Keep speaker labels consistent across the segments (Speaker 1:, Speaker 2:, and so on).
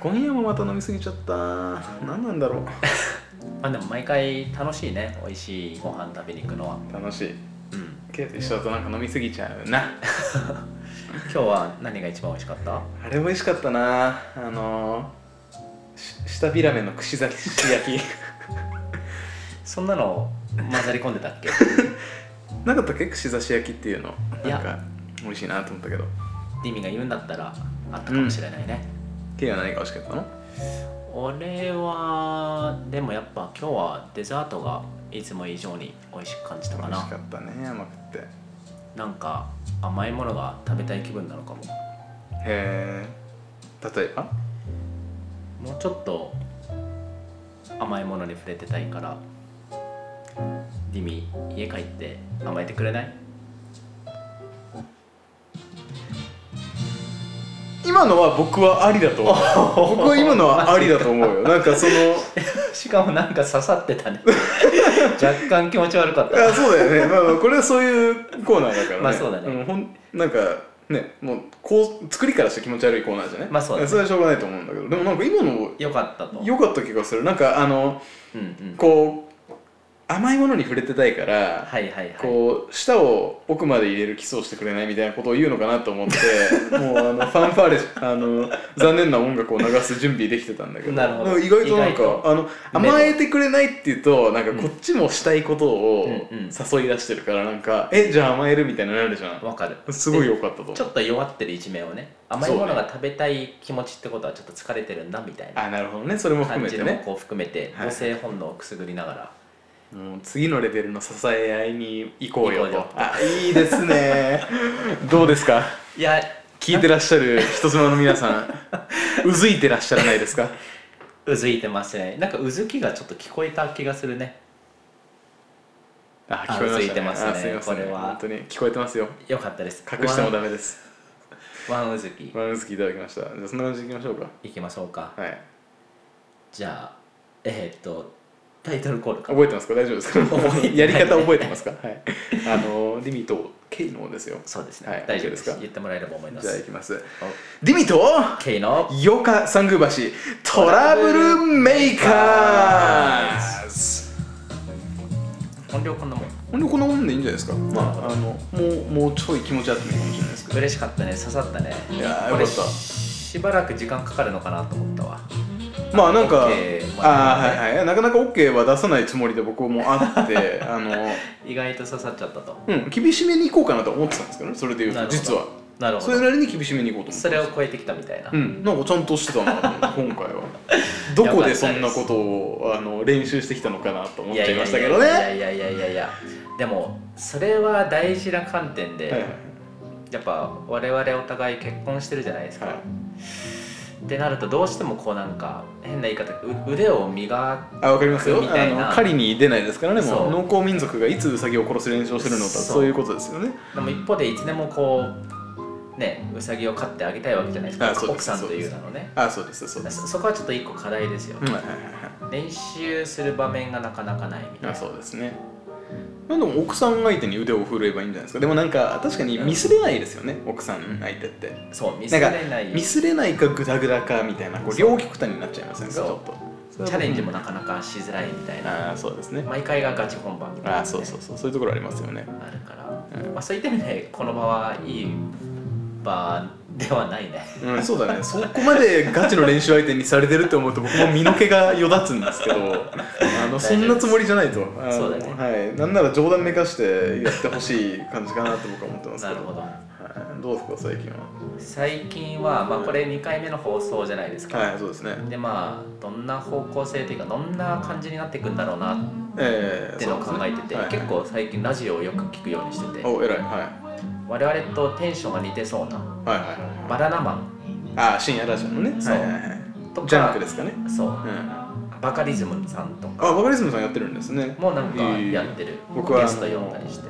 Speaker 1: 今夜もまた飲みすぎちゃった何なんだろう
Speaker 2: まあでも毎回楽しいね美味しいご飯食べに行くのは
Speaker 1: 楽しい
Speaker 2: うん
Speaker 1: ケイと一緒だとなんか飲みすぎちゃうな
Speaker 2: 今日は何が一番美味しかった
Speaker 1: あれ美味しかったなあのー、し下ビラメの串刺し焼き
Speaker 2: そんなの混ざり込んでたっけ
Speaker 1: なかったっけ串刺し焼きっていうの
Speaker 2: い
Speaker 1: な
Speaker 2: や
Speaker 1: んか美味しいなと思ったけど
Speaker 2: ディミが言うんだったらあったかもしれないね、
Speaker 1: ケイは何が美味しかったの
Speaker 2: 俺はでもやっぱ今日はデザートがいつも以上に美味しく感じたか
Speaker 1: 美味し
Speaker 2: な
Speaker 1: かったね甘くってへ
Speaker 2: なんか甘いものが食べたい気分なのかも
Speaker 1: え例えば
Speaker 2: もうちょっと甘いものに触れてたいからディミ家帰って甘えてくれない
Speaker 1: 今のは僕はありだと 思う僕は今のはありだと思うよなんかその
Speaker 2: しかもなんか刺さってた ね若干気持ち悪かった
Speaker 1: あそうだよね、まあまあ、これはそういうコーナーだからね
Speaker 2: まあそうだね
Speaker 1: んほんなんかねもうこう作りからして気持ち悪いコーナーじゃね
Speaker 2: まあそうだね
Speaker 1: それはしょうがないと思うんだけどでもなんか今の
Speaker 2: よかったと
Speaker 1: 良かった気がするなんかあの
Speaker 2: うんうん
Speaker 1: こう甘いものに触れてたいから、
Speaker 2: はいはいはい
Speaker 1: こう舌を奥まで入れるキスをしてくれないみたいなことを言うのかなと思って もうあのファンファーレあの残念な音楽を流す準備できてたんだけど
Speaker 2: なるほど
Speaker 1: 意外となん
Speaker 2: 意外
Speaker 1: か
Speaker 2: と
Speaker 1: あの
Speaker 2: メロ
Speaker 1: 甘えてくれないって言うとなんかこっちもしたいことを
Speaker 2: うんうん
Speaker 1: 誘い出してるからなんかえじゃあ甘えるみたいになるじゃん
Speaker 2: わかる
Speaker 1: すごい良かったと思う
Speaker 2: ちょっと弱ってる一面をね甘いものが食べたい気持ちってことはちょっと疲れてるんだみたいな
Speaker 1: あなるほどねそれも含
Speaker 2: 感
Speaker 1: め
Speaker 2: じ
Speaker 1: て
Speaker 2: の
Speaker 1: ね
Speaker 2: こう含めて
Speaker 1: はい
Speaker 2: 母性本能をくすぐりながら
Speaker 1: もう次のレベルの支え合いに行こうよと
Speaker 2: 行こうよ
Speaker 1: あいいですねどうですか
Speaker 2: いや
Speaker 1: 聞いてらっしゃる人妻の皆 さんうずいてらっしゃらないですか
Speaker 2: うずいてますねなんかうずきがちょっと聞こえた気がするね
Speaker 1: あ
Speaker 2: あ
Speaker 1: 聞こえましたね
Speaker 2: うずいてますね
Speaker 1: あいせん
Speaker 2: これは
Speaker 1: 本当に聞こえてますよ
Speaker 2: よかったです
Speaker 1: 隠してもダメです
Speaker 2: ワンワンうずき
Speaker 1: ワンウズキいただきましたじゃあそんな感じでいきましょうか
Speaker 2: いきましょうか
Speaker 1: はい
Speaker 2: じゃあえーっとタイトルコールか
Speaker 1: 覚えてますか大丈夫ですか
Speaker 2: 覚えてない
Speaker 1: やり方覚えてますかはいあのリミとケイのですよ
Speaker 2: そうですね、
Speaker 1: はい
Speaker 2: 大丈夫で
Speaker 1: OK
Speaker 2: す
Speaker 1: ですか
Speaker 2: 言ってもらえれば思いま
Speaker 1: じゃあい
Speaker 2: す
Speaker 1: きますリミと
Speaker 2: K の
Speaker 1: ヨカ三宮橋トラブルメーカーズ
Speaker 2: 音量こんなもん
Speaker 1: ほんでこんなもんでいいんじゃないですかまああのもうもうちょい気持ちあってもいいかもしれないですけど
Speaker 2: 嬉しかったね刺さったね
Speaker 1: いやー
Speaker 2: これ
Speaker 1: よかった
Speaker 2: しばらく時間かかるのかなと思ったわ
Speaker 1: まあなんか、
Speaker 2: OK まで
Speaker 1: あーはいはいなかなか OK は出さないつもりで僕もあって あの、
Speaker 2: 意外と刺さっちゃったと
Speaker 1: うん、厳しめに行こうかなと思ってたんですけどねそれで言う
Speaker 2: な
Speaker 1: と
Speaker 2: るほど
Speaker 1: 実は
Speaker 2: なるほ
Speaker 1: そ
Speaker 2: ど
Speaker 1: れ
Speaker 2: そ
Speaker 1: なりに厳しめに行こうと思って
Speaker 2: れを超えてきたみたいな、
Speaker 1: うん、なんかちゃんとしてたなと思って今回はどこでそんなことをあの練習してきたのかなと思っちゃいましたけどね
Speaker 2: いやいやいやいやいやいやでもそれは大事な観点で、
Speaker 1: はい
Speaker 2: やっぱ我々お互い結婚してるじゃないですか、
Speaker 1: はい
Speaker 2: ってなるとどうしてもこうなんか変な言い方う腕を磨
Speaker 1: あわかりますよ
Speaker 2: み
Speaker 1: あ
Speaker 2: たいな
Speaker 1: の狩りに出ないですからねも
Speaker 2: そう
Speaker 1: う農耕民族がいつウサギを殺す練習をしてるのか
Speaker 2: そう
Speaker 1: そういうことですよね
Speaker 2: くでも一方でいつでもこうねうさぎを飼ってあげたいわけじゃないですか
Speaker 1: あそうで
Speaker 2: 奥
Speaker 1: す
Speaker 2: さんという名のね
Speaker 1: あそうですそうです、
Speaker 2: そそこはちょっと一個課題ですよ、
Speaker 1: うんはいはいはいはい
Speaker 2: 練習する場面がなかなかないみたい
Speaker 1: あ
Speaker 2: な
Speaker 1: そうですねでも奥さん相手に腕を振ればいいんじゃないですかでもなんか確かにミスれないですよね奥さん相手って
Speaker 2: そうミス
Speaker 1: な
Speaker 2: れ
Speaker 1: んか
Speaker 2: ない
Speaker 1: ミスれないかグダグダかみたいなこう
Speaker 2: そう
Speaker 1: 両極端になっちゃいませんかち
Speaker 2: そう
Speaker 1: ょっと
Speaker 2: チャレンジもなかなかしづらいみたいな
Speaker 1: ああそうですね
Speaker 2: 毎回がガチ本番みたいな、
Speaker 1: ああそうそうそうそういうところありますよね
Speaker 2: あるから、
Speaker 1: うん
Speaker 2: まあ、そういった意味でこの場はいい場ではないね
Speaker 1: うんそうだねそこまでガチの練習相手にされてるって思うと僕も身の毛がよだつんですけど あのそんなつもりじゃないとあの
Speaker 2: そうだね
Speaker 1: はいなんなら冗談めかしてやってほしい感じかなと僕は思って ます
Speaker 2: な
Speaker 1: け
Speaker 2: る
Speaker 1: ど
Speaker 2: ほど
Speaker 1: はいどうですか最近は
Speaker 2: 最近は、まあ、これ2回目の放送じゃないですか、
Speaker 1: はいそうですね
Speaker 2: でまあどんな方向性というかどんな感じになっていくんだろうなっ
Speaker 1: ええ
Speaker 2: てのを考えてて、
Speaker 1: そうですね
Speaker 2: 結構最近ラジオをよく聞くようにして
Speaker 1: はい
Speaker 2: て
Speaker 1: はいお偉いはい
Speaker 2: 我々とテンションが似てそうな
Speaker 1: はいはい
Speaker 2: バナナマン
Speaker 1: ああ深夜ラジオのね
Speaker 2: そう
Speaker 1: はいはいはい
Speaker 2: とか
Speaker 1: ジャンクですかね
Speaker 2: そう、
Speaker 1: うんあ
Speaker 2: バカリズムさんとか
Speaker 1: バカリズムさんやってるんですね
Speaker 2: もなんか
Speaker 1: ええ
Speaker 2: やってる、
Speaker 1: 僕は
Speaker 2: ゲスト呼んだりして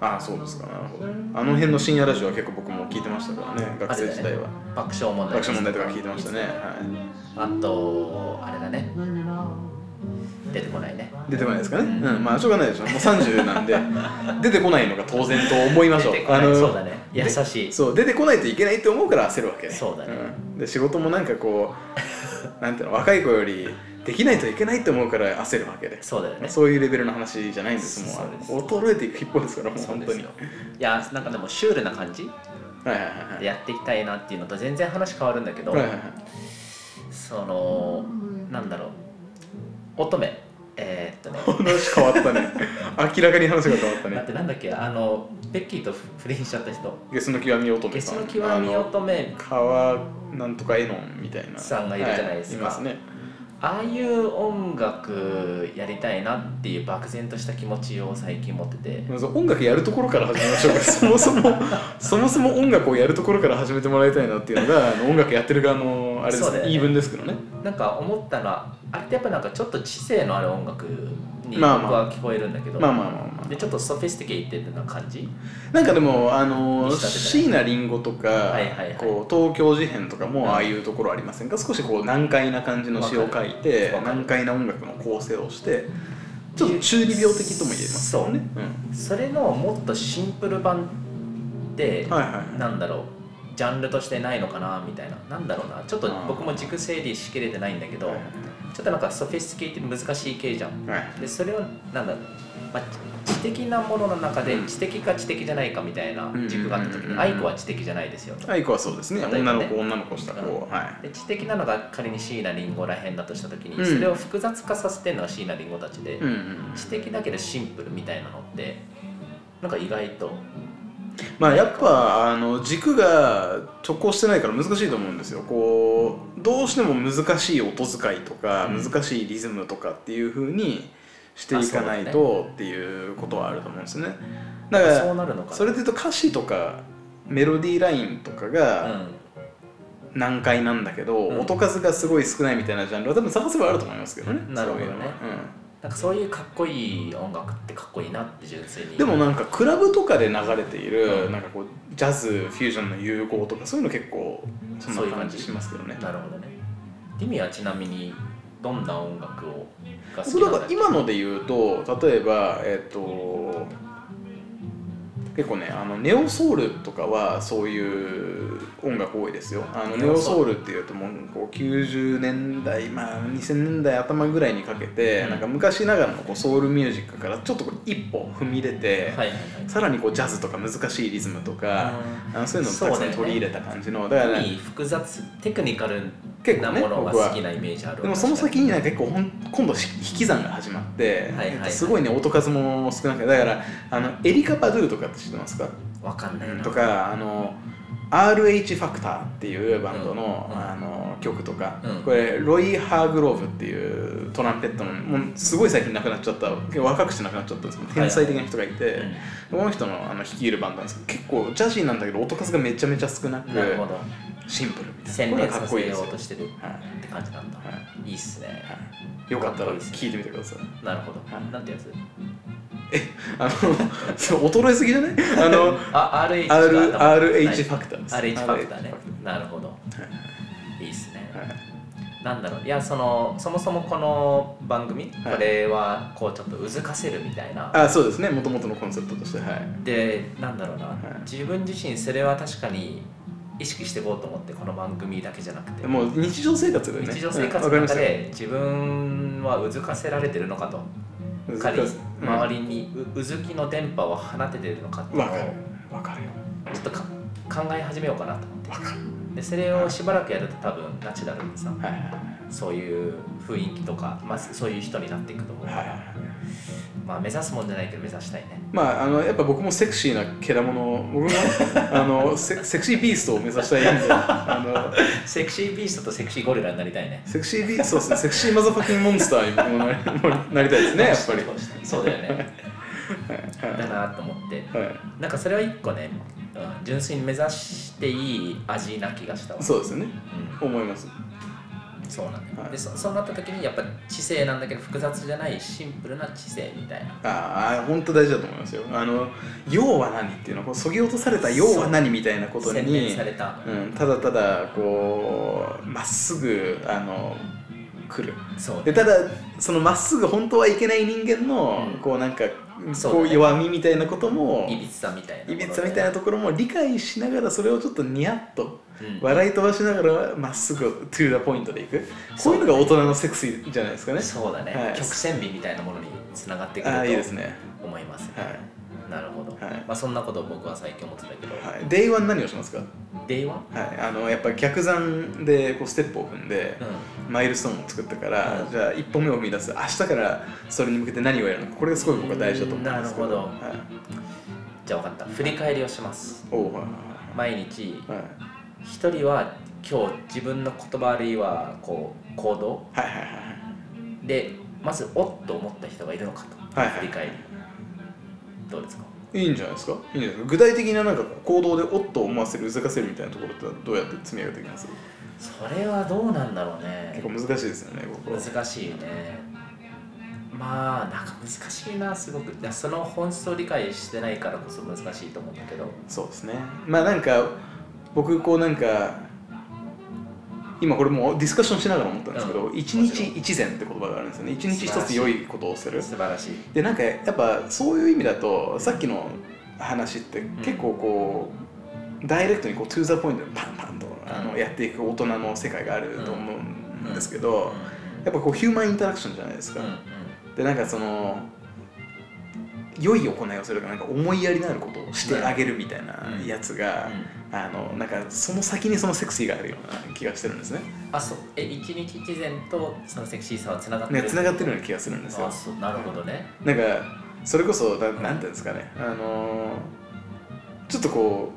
Speaker 1: ああそうですかなるほどあの辺の深夜ラジオは結構僕も聞いてましたからね学生時代は
Speaker 2: 爆笑問題
Speaker 1: 爆笑問題とか聞いてましたねは
Speaker 2: あとあれだね出てこないね
Speaker 1: い出てこないですかねうんまあしょうがないでしょもう30なんで出てこないのが当然と思いましょう
Speaker 2: 出てこ
Speaker 1: あ
Speaker 2: ない
Speaker 1: の
Speaker 2: そうだね優しい
Speaker 1: そう出てこないといけないって思うから焦るわけね
Speaker 2: そうだね
Speaker 1: んで仕事もなんかこう なんていうの若い子よりできないといけないって思うから焦るわけで
Speaker 2: そうだよね
Speaker 1: そういうレベルの話じゃないんですもう
Speaker 2: そうです
Speaker 1: 衰えていく一方ですからもう
Speaker 2: そう
Speaker 1: 本
Speaker 2: で
Speaker 1: 当
Speaker 2: す
Speaker 1: に
Speaker 2: よいやなんかでもシュールな感じ
Speaker 1: はいはいはいはい
Speaker 2: でやっていきたいなっていうのと全然話変わるんだけど、
Speaker 1: はいはいはい
Speaker 2: そのなんだろう乙女えー、っとね
Speaker 1: 話変わ ったね明らかに話が変わった
Speaker 2: だっ
Speaker 1: ね
Speaker 2: てなんだっけあのベッキーと不倫しちゃった人
Speaker 1: ゲスの極み乙
Speaker 2: ゲ
Speaker 1: 女
Speaker 2: ス
Speaker 1: さん
Speaker 2: の極み乙女
Speaker 1: あの川なんとかエノンみたいな
Speaker 2: さんがいるじゃないですか
Speaker 1: はいいますね
Speaker 2: ああいう音楽やりたいなっていう漠然とした気持ちを最近持ってて
Speaker 1: まず音楽やるところから始めましょうか そもそもそもそも音楽をやるところから始めてもらいたいなっていうのがあの音楽やってる側のあれです
Speaker 2: そうだよね
Speaker 1: 言い分ですけどね
Speaker 2: なんか思ったのはあれってやっぱなんかちょっと知性のある音楽に僕
Speaker 1: まあまあ
Speaker 2: は聞こえるんだけど、
Speaker 1: まあまあまあまあ
Speaker 2: でちょっとソフィスティケイテッドな感じ
Speaker 1: なんかでもあの
Speaker 2: 西舘じ
Speaker 1: 椎名林檎とか、
Speaker 2: いはいはい
Speaker 1: こう東京事変とか
Speaker 2: うん
Speaker 1: もああいうところありませんか、少しこう難解な感じの詩を書いて
Speaker 2: わかる
Speaker 1: 難解な音楽の構成をしてちょっと中二病的とも言えますよね、うん
Speaker 2: それのもっとシンプル版って、
Speaker 1: はいはい
Speaker 2: なんだろうジャンルとしてないのかなみたいななんだろうなちょっと
Speaker 1: あー
Speaker 2: 僕も軸整理しきれてないんだけど、
Speaker 1: はい
Speaker 2: ちょっとなんかソフィスティケイテッド難しい系じゃん
Speaker 1: はい
Speaker 2: でそれをなんだろう、まあ、知的なものの中で知的か知的じゃないかみたいな軸があった時
Speaker 1: うんうんうんう
Speaker 2: に
Speaker 1: ん
Speaker 2: 愛子は知的じゃないですよと
Speaker 1: 愛子はそうですね
Speaker 2: 例え
Speaker 1: 女
Speaker 2: ばね
Speaker 1: の子女の子した子、
Speaker 2: うん
Speaker 1: は
Speaker 2: で知的なのが仮に椎名林檎らへんだとした時に、
Speaker 1: うん
Speaker 2: それを複雑化させてるのが椎名林檎たちで、
Speaker 1: い、うんうん、
Speaker 2: 知的だけどシンプルみたいなのってなんか意外と
Speaker 1: まあやっぱあの軸が直行してないから難しいと思うんですよこうどうしても難しい音遣いとか、
Speaker 2: うん
Speaker 1: 難しいリズムとかっていう風にしていかない
Speaker 2: あそ
Speaker 1: と、っていうことはあると思うんですねだか
Speaker 2: そう
Speaker 1: ら
Speaker 2: なるのかな
Speaker 1: それで言うと歌詞とかメロディーラインとか
Speaker 2: う
Speaker 1: が
Speaker 2: ん
Speaker 1: 難解なんだけど、
Speaker 2: うん
Speaker 1: 音数がすごい少ないみたいなジャンルは多分探せばあると思いますけどね
Speaker 2: なるほどね
Speaker 1: そういうのは
Speaker 2: なんかそういうかっこいい音楽ってかっこいいなって純粋
Speaker 1: う
Speaker 2: に
Speaker 1: んでもなんかクラブとかで流れている、
Speaker 2: うん
Speaker 1: なんかこうジャズフュージョンの融合とかそういうの結構そ
Speaker 2: そうんいう
Speaker 1: な
Speaker 2: 感
Speaker 1: 感
Speaker 2: じ
Speaker 1: じしますけどね
Speaker 2: なるほどねディミはちなみにどんな音楽をが好き
Speaker 1: そうだ
Speaker 2: なん
Speaker 1: か
Speaker 2: だっ
Speaker 1: ら
Speaker 2: け
Speaker 1: 今ので言うと例えばえっ、と結構ねあのネオソウルとかはそういう音楽多いですよあの
Speaker 2: ネ
Speaker 1: ネ
Speaker 2: オ
Speaker 1: オ
Speaker 2: ソ
Speaker 1: ソ
Speaker 2: ウ
Speaker 1: ウルっていうともうこう90年代まあ2000年代頭ぐらいにかけて、
Speaker 2: うん
Speaker 1: なんか昔ながらのこうソウルミュージックからちょっとこう一歩踏み出て、
Speaker 2: はいはい
Speaker 1: さらにこうジャズとか難しいリズムとか、あのそういうのをたくさん取り入れた感じのだ,、
Speaker 2: は
Speaker 1: から
Speaker 2: いいい複雑テクニカル
Speaker 1: 結
Speaker 2: な
Speaker 1: 構ね
Speaker 2: ものが
Speaker 1: 僕は
Speaker 2: 好きなイメージある
Speaker 1: でもその先には結構ほん今度し引き算が始まって、
Speaker 2: はいはいはい
Speaker 1: すごいね音数も少なくてだからあのエリカ・バドゥとかって知ってますか、
Speaker 2: わかんないな
Speaker 1: とかあの RH ファクターっていうバンドの,、
Speaker 2: うんうん
Speaker 1: あの曲とか、
Speaker 2: うん
Speaker 1: これロイ・ハーグローブっていうトランペットのもうすごい最近亡くなっちゃった若くして亡くなっちゃったんですけど天才的な人がいて、
Speaker 2: う、
Speaker 1: この人のあの率いるバンドなんですけど結構ジャジーなんだけど音数がめちゃめちゃ少なんく
Speaker 2: なるほど
Speaker 1: シンプルみたい
Speaker 2: 洗
Speaker 1: なこれが
Speaker 2: 練
Speaker 1: か
Speaker 2: さ
Speaker 1: っこいい
Speaker 2: せ
Speaker 1: ですよ
Speaker 2: ようとしてる
Speaker 1: はいは
Speaker 2: って感じなんだ
Speaker 1: い
Speaker 2: いいっすね
Speaker 1: はいよかったら聞いてみてください。
Speaker 2: なるほど
Speaker 1: はい
Speaker 2: なんてやつ
Speaker 1: あの、そう衰えすぎ じゃないあの、
Speaker 2: あ RH が
Speaker 1: R、
Speaker 2: 頭
Speaker 1: RH
Speaker 2: に
Speaker 1: ファクターです。
Speaker 2: RH ファクターね
Speaker 1: RH フ
Speaker 2: なるほどいいっすね
Speaker 1: ァクターはい
Speaker 2: なんだろういやそのそもそもこの番組、
Speaker 1: はい
Speaker 2: これはこうちょっとうずかせるみたいな
Speaker 1: あ、そうですね、もともとのコンセプトとして、はい。
Speaker 2: でなんだろうな、
Speaker 1: い
Speaker 2: 自分自身それは確かに意識していこうと思ってこの番組だけじゃなくて
Speaker 1: もう日常生活でね。
Speaker 2: 日常生活
Speaker 1: うんわ
Speaker 2: の
Speaker 1: か
Speaker 2: 中
Speaker 1: り
Speaker 2: で自分はうずかせられてるのかと
Speaker 1: ました
Speaker 2: 仮
Speaker 1: よ
Speaker 2: に周
Speaker 1: り。
Speaker 2: りにううずきの電波を放ててるのかって
Speaker 1: う
Speaker 2: い
Speaker 1: ん
Speaker 2: うの
Speaker 1: わ
Speaker 2: を
Speaker 1: かる。わかるよ。
Speaker 2: ちょっとか考え始めようかなと思って
Speaker 1: わかる。
Speaker 2: でそれをしばらくやると多分ナチュラルにさ
Speaker 1: はいはい
Speaker 2: そういう雰囲気とか、まあ、そういう人になっていくと思うか
Speaker 1: はい
Speaker 2: ら、
Speaker 1: はいはい。
Speaker 2: まあ目指すもんじゃないけど目指したいね
Speaker 1: まあ、あのやっぱ僕もセクシーなけだもの僕もあのセセクシービーストを目指したいんであの
Speaker 2: セクシービーストとセクシーゴリラになりたいね
Speaker 1: セクシービーそうですねセクシーマザファキンモンスターに僕もなりなりたいですねやっぱり
Speaker 2: そうしたそうだよねだなと思って
Speaker 1: はい
Speaker 2: なんかそれは一個ね、うん、純粋に目指していい味な気がしたわ
Speaker 1: そうですよね
Speaker 2: うん
Speaker 1: 思います
Speaker 2: そうなんだよ、
Speaker 1: はい
Speaker 2: でそそうなった時にやっぱ知性なんだけど複雑じゃないシンプルな知性みたいな
Speaker 1: ああ本当大事だと思いますよあの「要は何?」っていうのはこうそぎ落とされた「要は何?」みたいなこと
Speaker 2: 洗練
Speaker 1: に
Speaker 2: された、
Speaker 1: うん、ただただこうまっすぐあの来る
Speaker 2: そう
Speaker 1: で
Speaker 2: ね
Speaker 1: ただそのまっすぐ本当はいけない人間の、
Speaker 2: うん
Speaker 1: こうなんか
Speaker 2: そうだ
Speaker 1: こ
Speaker 2: ね
Speaker 1: う弱みみたいなことも
Speaker 2: いびつさみたいなも
Speaker 1: い
Speaker 2: のね
Speaker 1: びつさみたいなところも理解しながらそれをちょっとニヤッと
Speaker 2: うん
Speaker 1: 笑い飛ばしながらまっすぐトゥーダポイントでいくこういうのが大人のセクシーじゃないですかね
Speaker 2: そうだね、
Speaker 1: はい
Speaker 2: 曲線美みたいなものにつながってく
Speaker 1: ああいい
Speaker 2: る
Speaker 1: です
Speaker 2: と
Speaker 1: ね
Speaker 2: 思いますね
Speaker 1: は
Speaker 2: なるほど、
Speaker 1: はい
Speaker 2: まあ、そんなことを僕は最近思ってたけど、
Speaker 1: い、はい、デイワン何をしますかは
Speaker 2: Day1? うん
Speaker 1: いあのやっぱ逆算でこうステップを踏んで、マイルストーンを作ったから、
Speaker 2: うん
Speaker 1: じゃあ一歩目を踏み出す明日からそれに向けて何をやるのかこれがすごい僕は大事だと思うんですけど
Speaker 2: なるほど
Speaker 1: はい、
Speaker 2: じゃあ分かった振り返りをします
Speaker 1: おうはい
Speaker 2: 毎日
Speaker 1: はい
Speaker 2: 一人は今日自分の言葉あるいはこう行動
Speaker 1: はいはいはい
Speaker 2: でまずおっと思った人がいるのかと、
Speaker 1: はいはい
Speaker 2: 振り返りどうですか
Speaker 1: いいんじゃないですかいいんじゃないですか具体的ななんか行動でおっと思わせるうずかせるみたいなところってどうやって積み上げていきます
Speaker 2: それはどうなんだろう
Speaker 1: 結
Speaker 2: ね
Speaker 1: 構難しいですよねここ
Speaker 2: 難しいねまあなんか難しいなすごくいやその本質を理解してないからこそ難しいと思うんだけど
Speaker 1: そうですねまあなんか僕こうなんか今これもうディスカッションしながら思ったんですけど、
Speaker 2: うん
Speaker 1: 一
Speaker 2: も
Speaker 1: 日
Speaker 2: ちろん
Speaker 1: 一善って言葉があるんですよね一日一
Speaker 2: 素晴ら
Speaker 1: つ
Speaker 2: しい
Speaker 1: 良いことをする
Speaker 2: 素晴らしい
Speaker 1: でなんかやっぱそういう意味だとさっきの話って結構こう、ダイレクトにこうトゥーザポイントでパンパンとあのやっていく大人の世界があると思うんですけど、やっぱこうヒューマンインタラクションじゃないです
Speaker 2: う
Speaker 1: か、
Speaker 2: ん
Speaker 1: でなんかその良い行いをするとかなんか思いやりのあることをしてあげるみたいなやつが、あのなんかその先にそのセクシーがあるような気がしてるんですね
Speaker 2: あそうえ一日一善とそのセクシーさはつながって
Speaker 1: ね
Speaker 2: る
Speaker 1: 繋がってるような気がするんですよ
Speaker 2: あそうなるほどね
Speaker 1: なんかそれこそななんていうんですかねあのーちょっとこ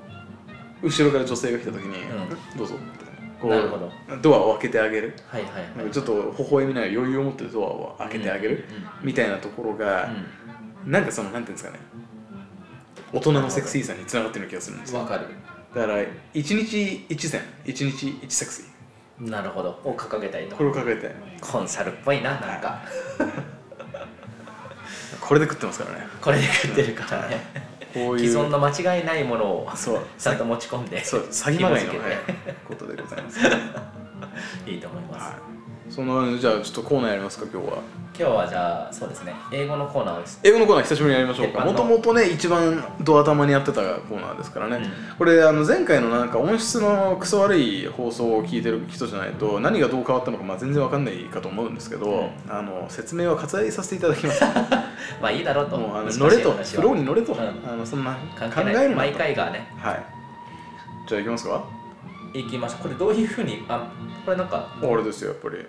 Speaker 1: う後ろから女性が来た時に「どうぞ」ってこう
Speaker 2: なるほど
Speaker 1: ドアを開けてあげる
Speaker 2: はいはいはい
Speaker 1: なんかちょっと微笑みながら余裕を持ってドアを開けてあげる、みたいなところが、
Speaker 2: うんうん
Speaker 1: なんかそのなんていうんですかね大人のセクシーさにつながってる気がするんです
Speaker 2: うん
Speaker 1: よ
Speaker 2: わかる
Speaker 1: だから一日一善一日一セクシー
Speaker 2: なるほどを掲げたいと
Speaker 1: これを掲げて
Speaker 2: コンサルっぽいななんか
Speaker 1: これで食ってますからね
Speaker 2: これで食ってるからね
Speaker 1: こう
Speaker 2: 既
Speaker 1: いう
Speaker 2: 存の間違いないものを
Speaker 1: そう
Speaker 2: ちゃんと持ち込んで
Speaker 1: そう詐欺まがいの、
Speaker 2: 紐
Speaker 1: はい
Speaker 2: 付け、
Speaker 1: ことでございます、
Speaker 2: ていいと思います
Speaker 1: はい、そのじゃあちょっとコーナーやりますか今日は
Speaker 2: 今日はじゃあそうですね英語のコーナーを
Speaker 1: 英語のコーナー久しぶりにやりましょうか
Speaker 2: 鉄
Speaker 1: も
Speaker 2: 板
Speaker 1: と
Speaker 2: の
Speaker 1: もとね一番ドア玉にやってたコーナーですからね、これあの前回のなんか音質のクソ悪い放送を聞いてる人じゃないと何がどう変わったのか、まあ、全然わかんないかと思うんですけど、
Speaker 2: う
Speaker 1: あの説明は割愛させていただき ます
Speaker 2: まあいいだろうと
Speaker 1: もうあの
Speaker 2: 難しい
Speaker 1: 乗れと
Speaker 2: 話
Speaker 1: フ
Speaker 2: は
Speaker 1: ローに乗れと、
Speaker 2: うん
Speaker 1: あのそんな
Speaker 2: 関
Speaker 1: 考
Speaker 2: 係
Speaker 1: える
Speaker 2: ない
Speaker 1: なと
Speaker 2: 毎回がね
Speaker 1: はいじゃあいきますか
Speaker 2: いきましょうこれどういうふうにあこれなんか
Speaker 1: あれですよやっぱり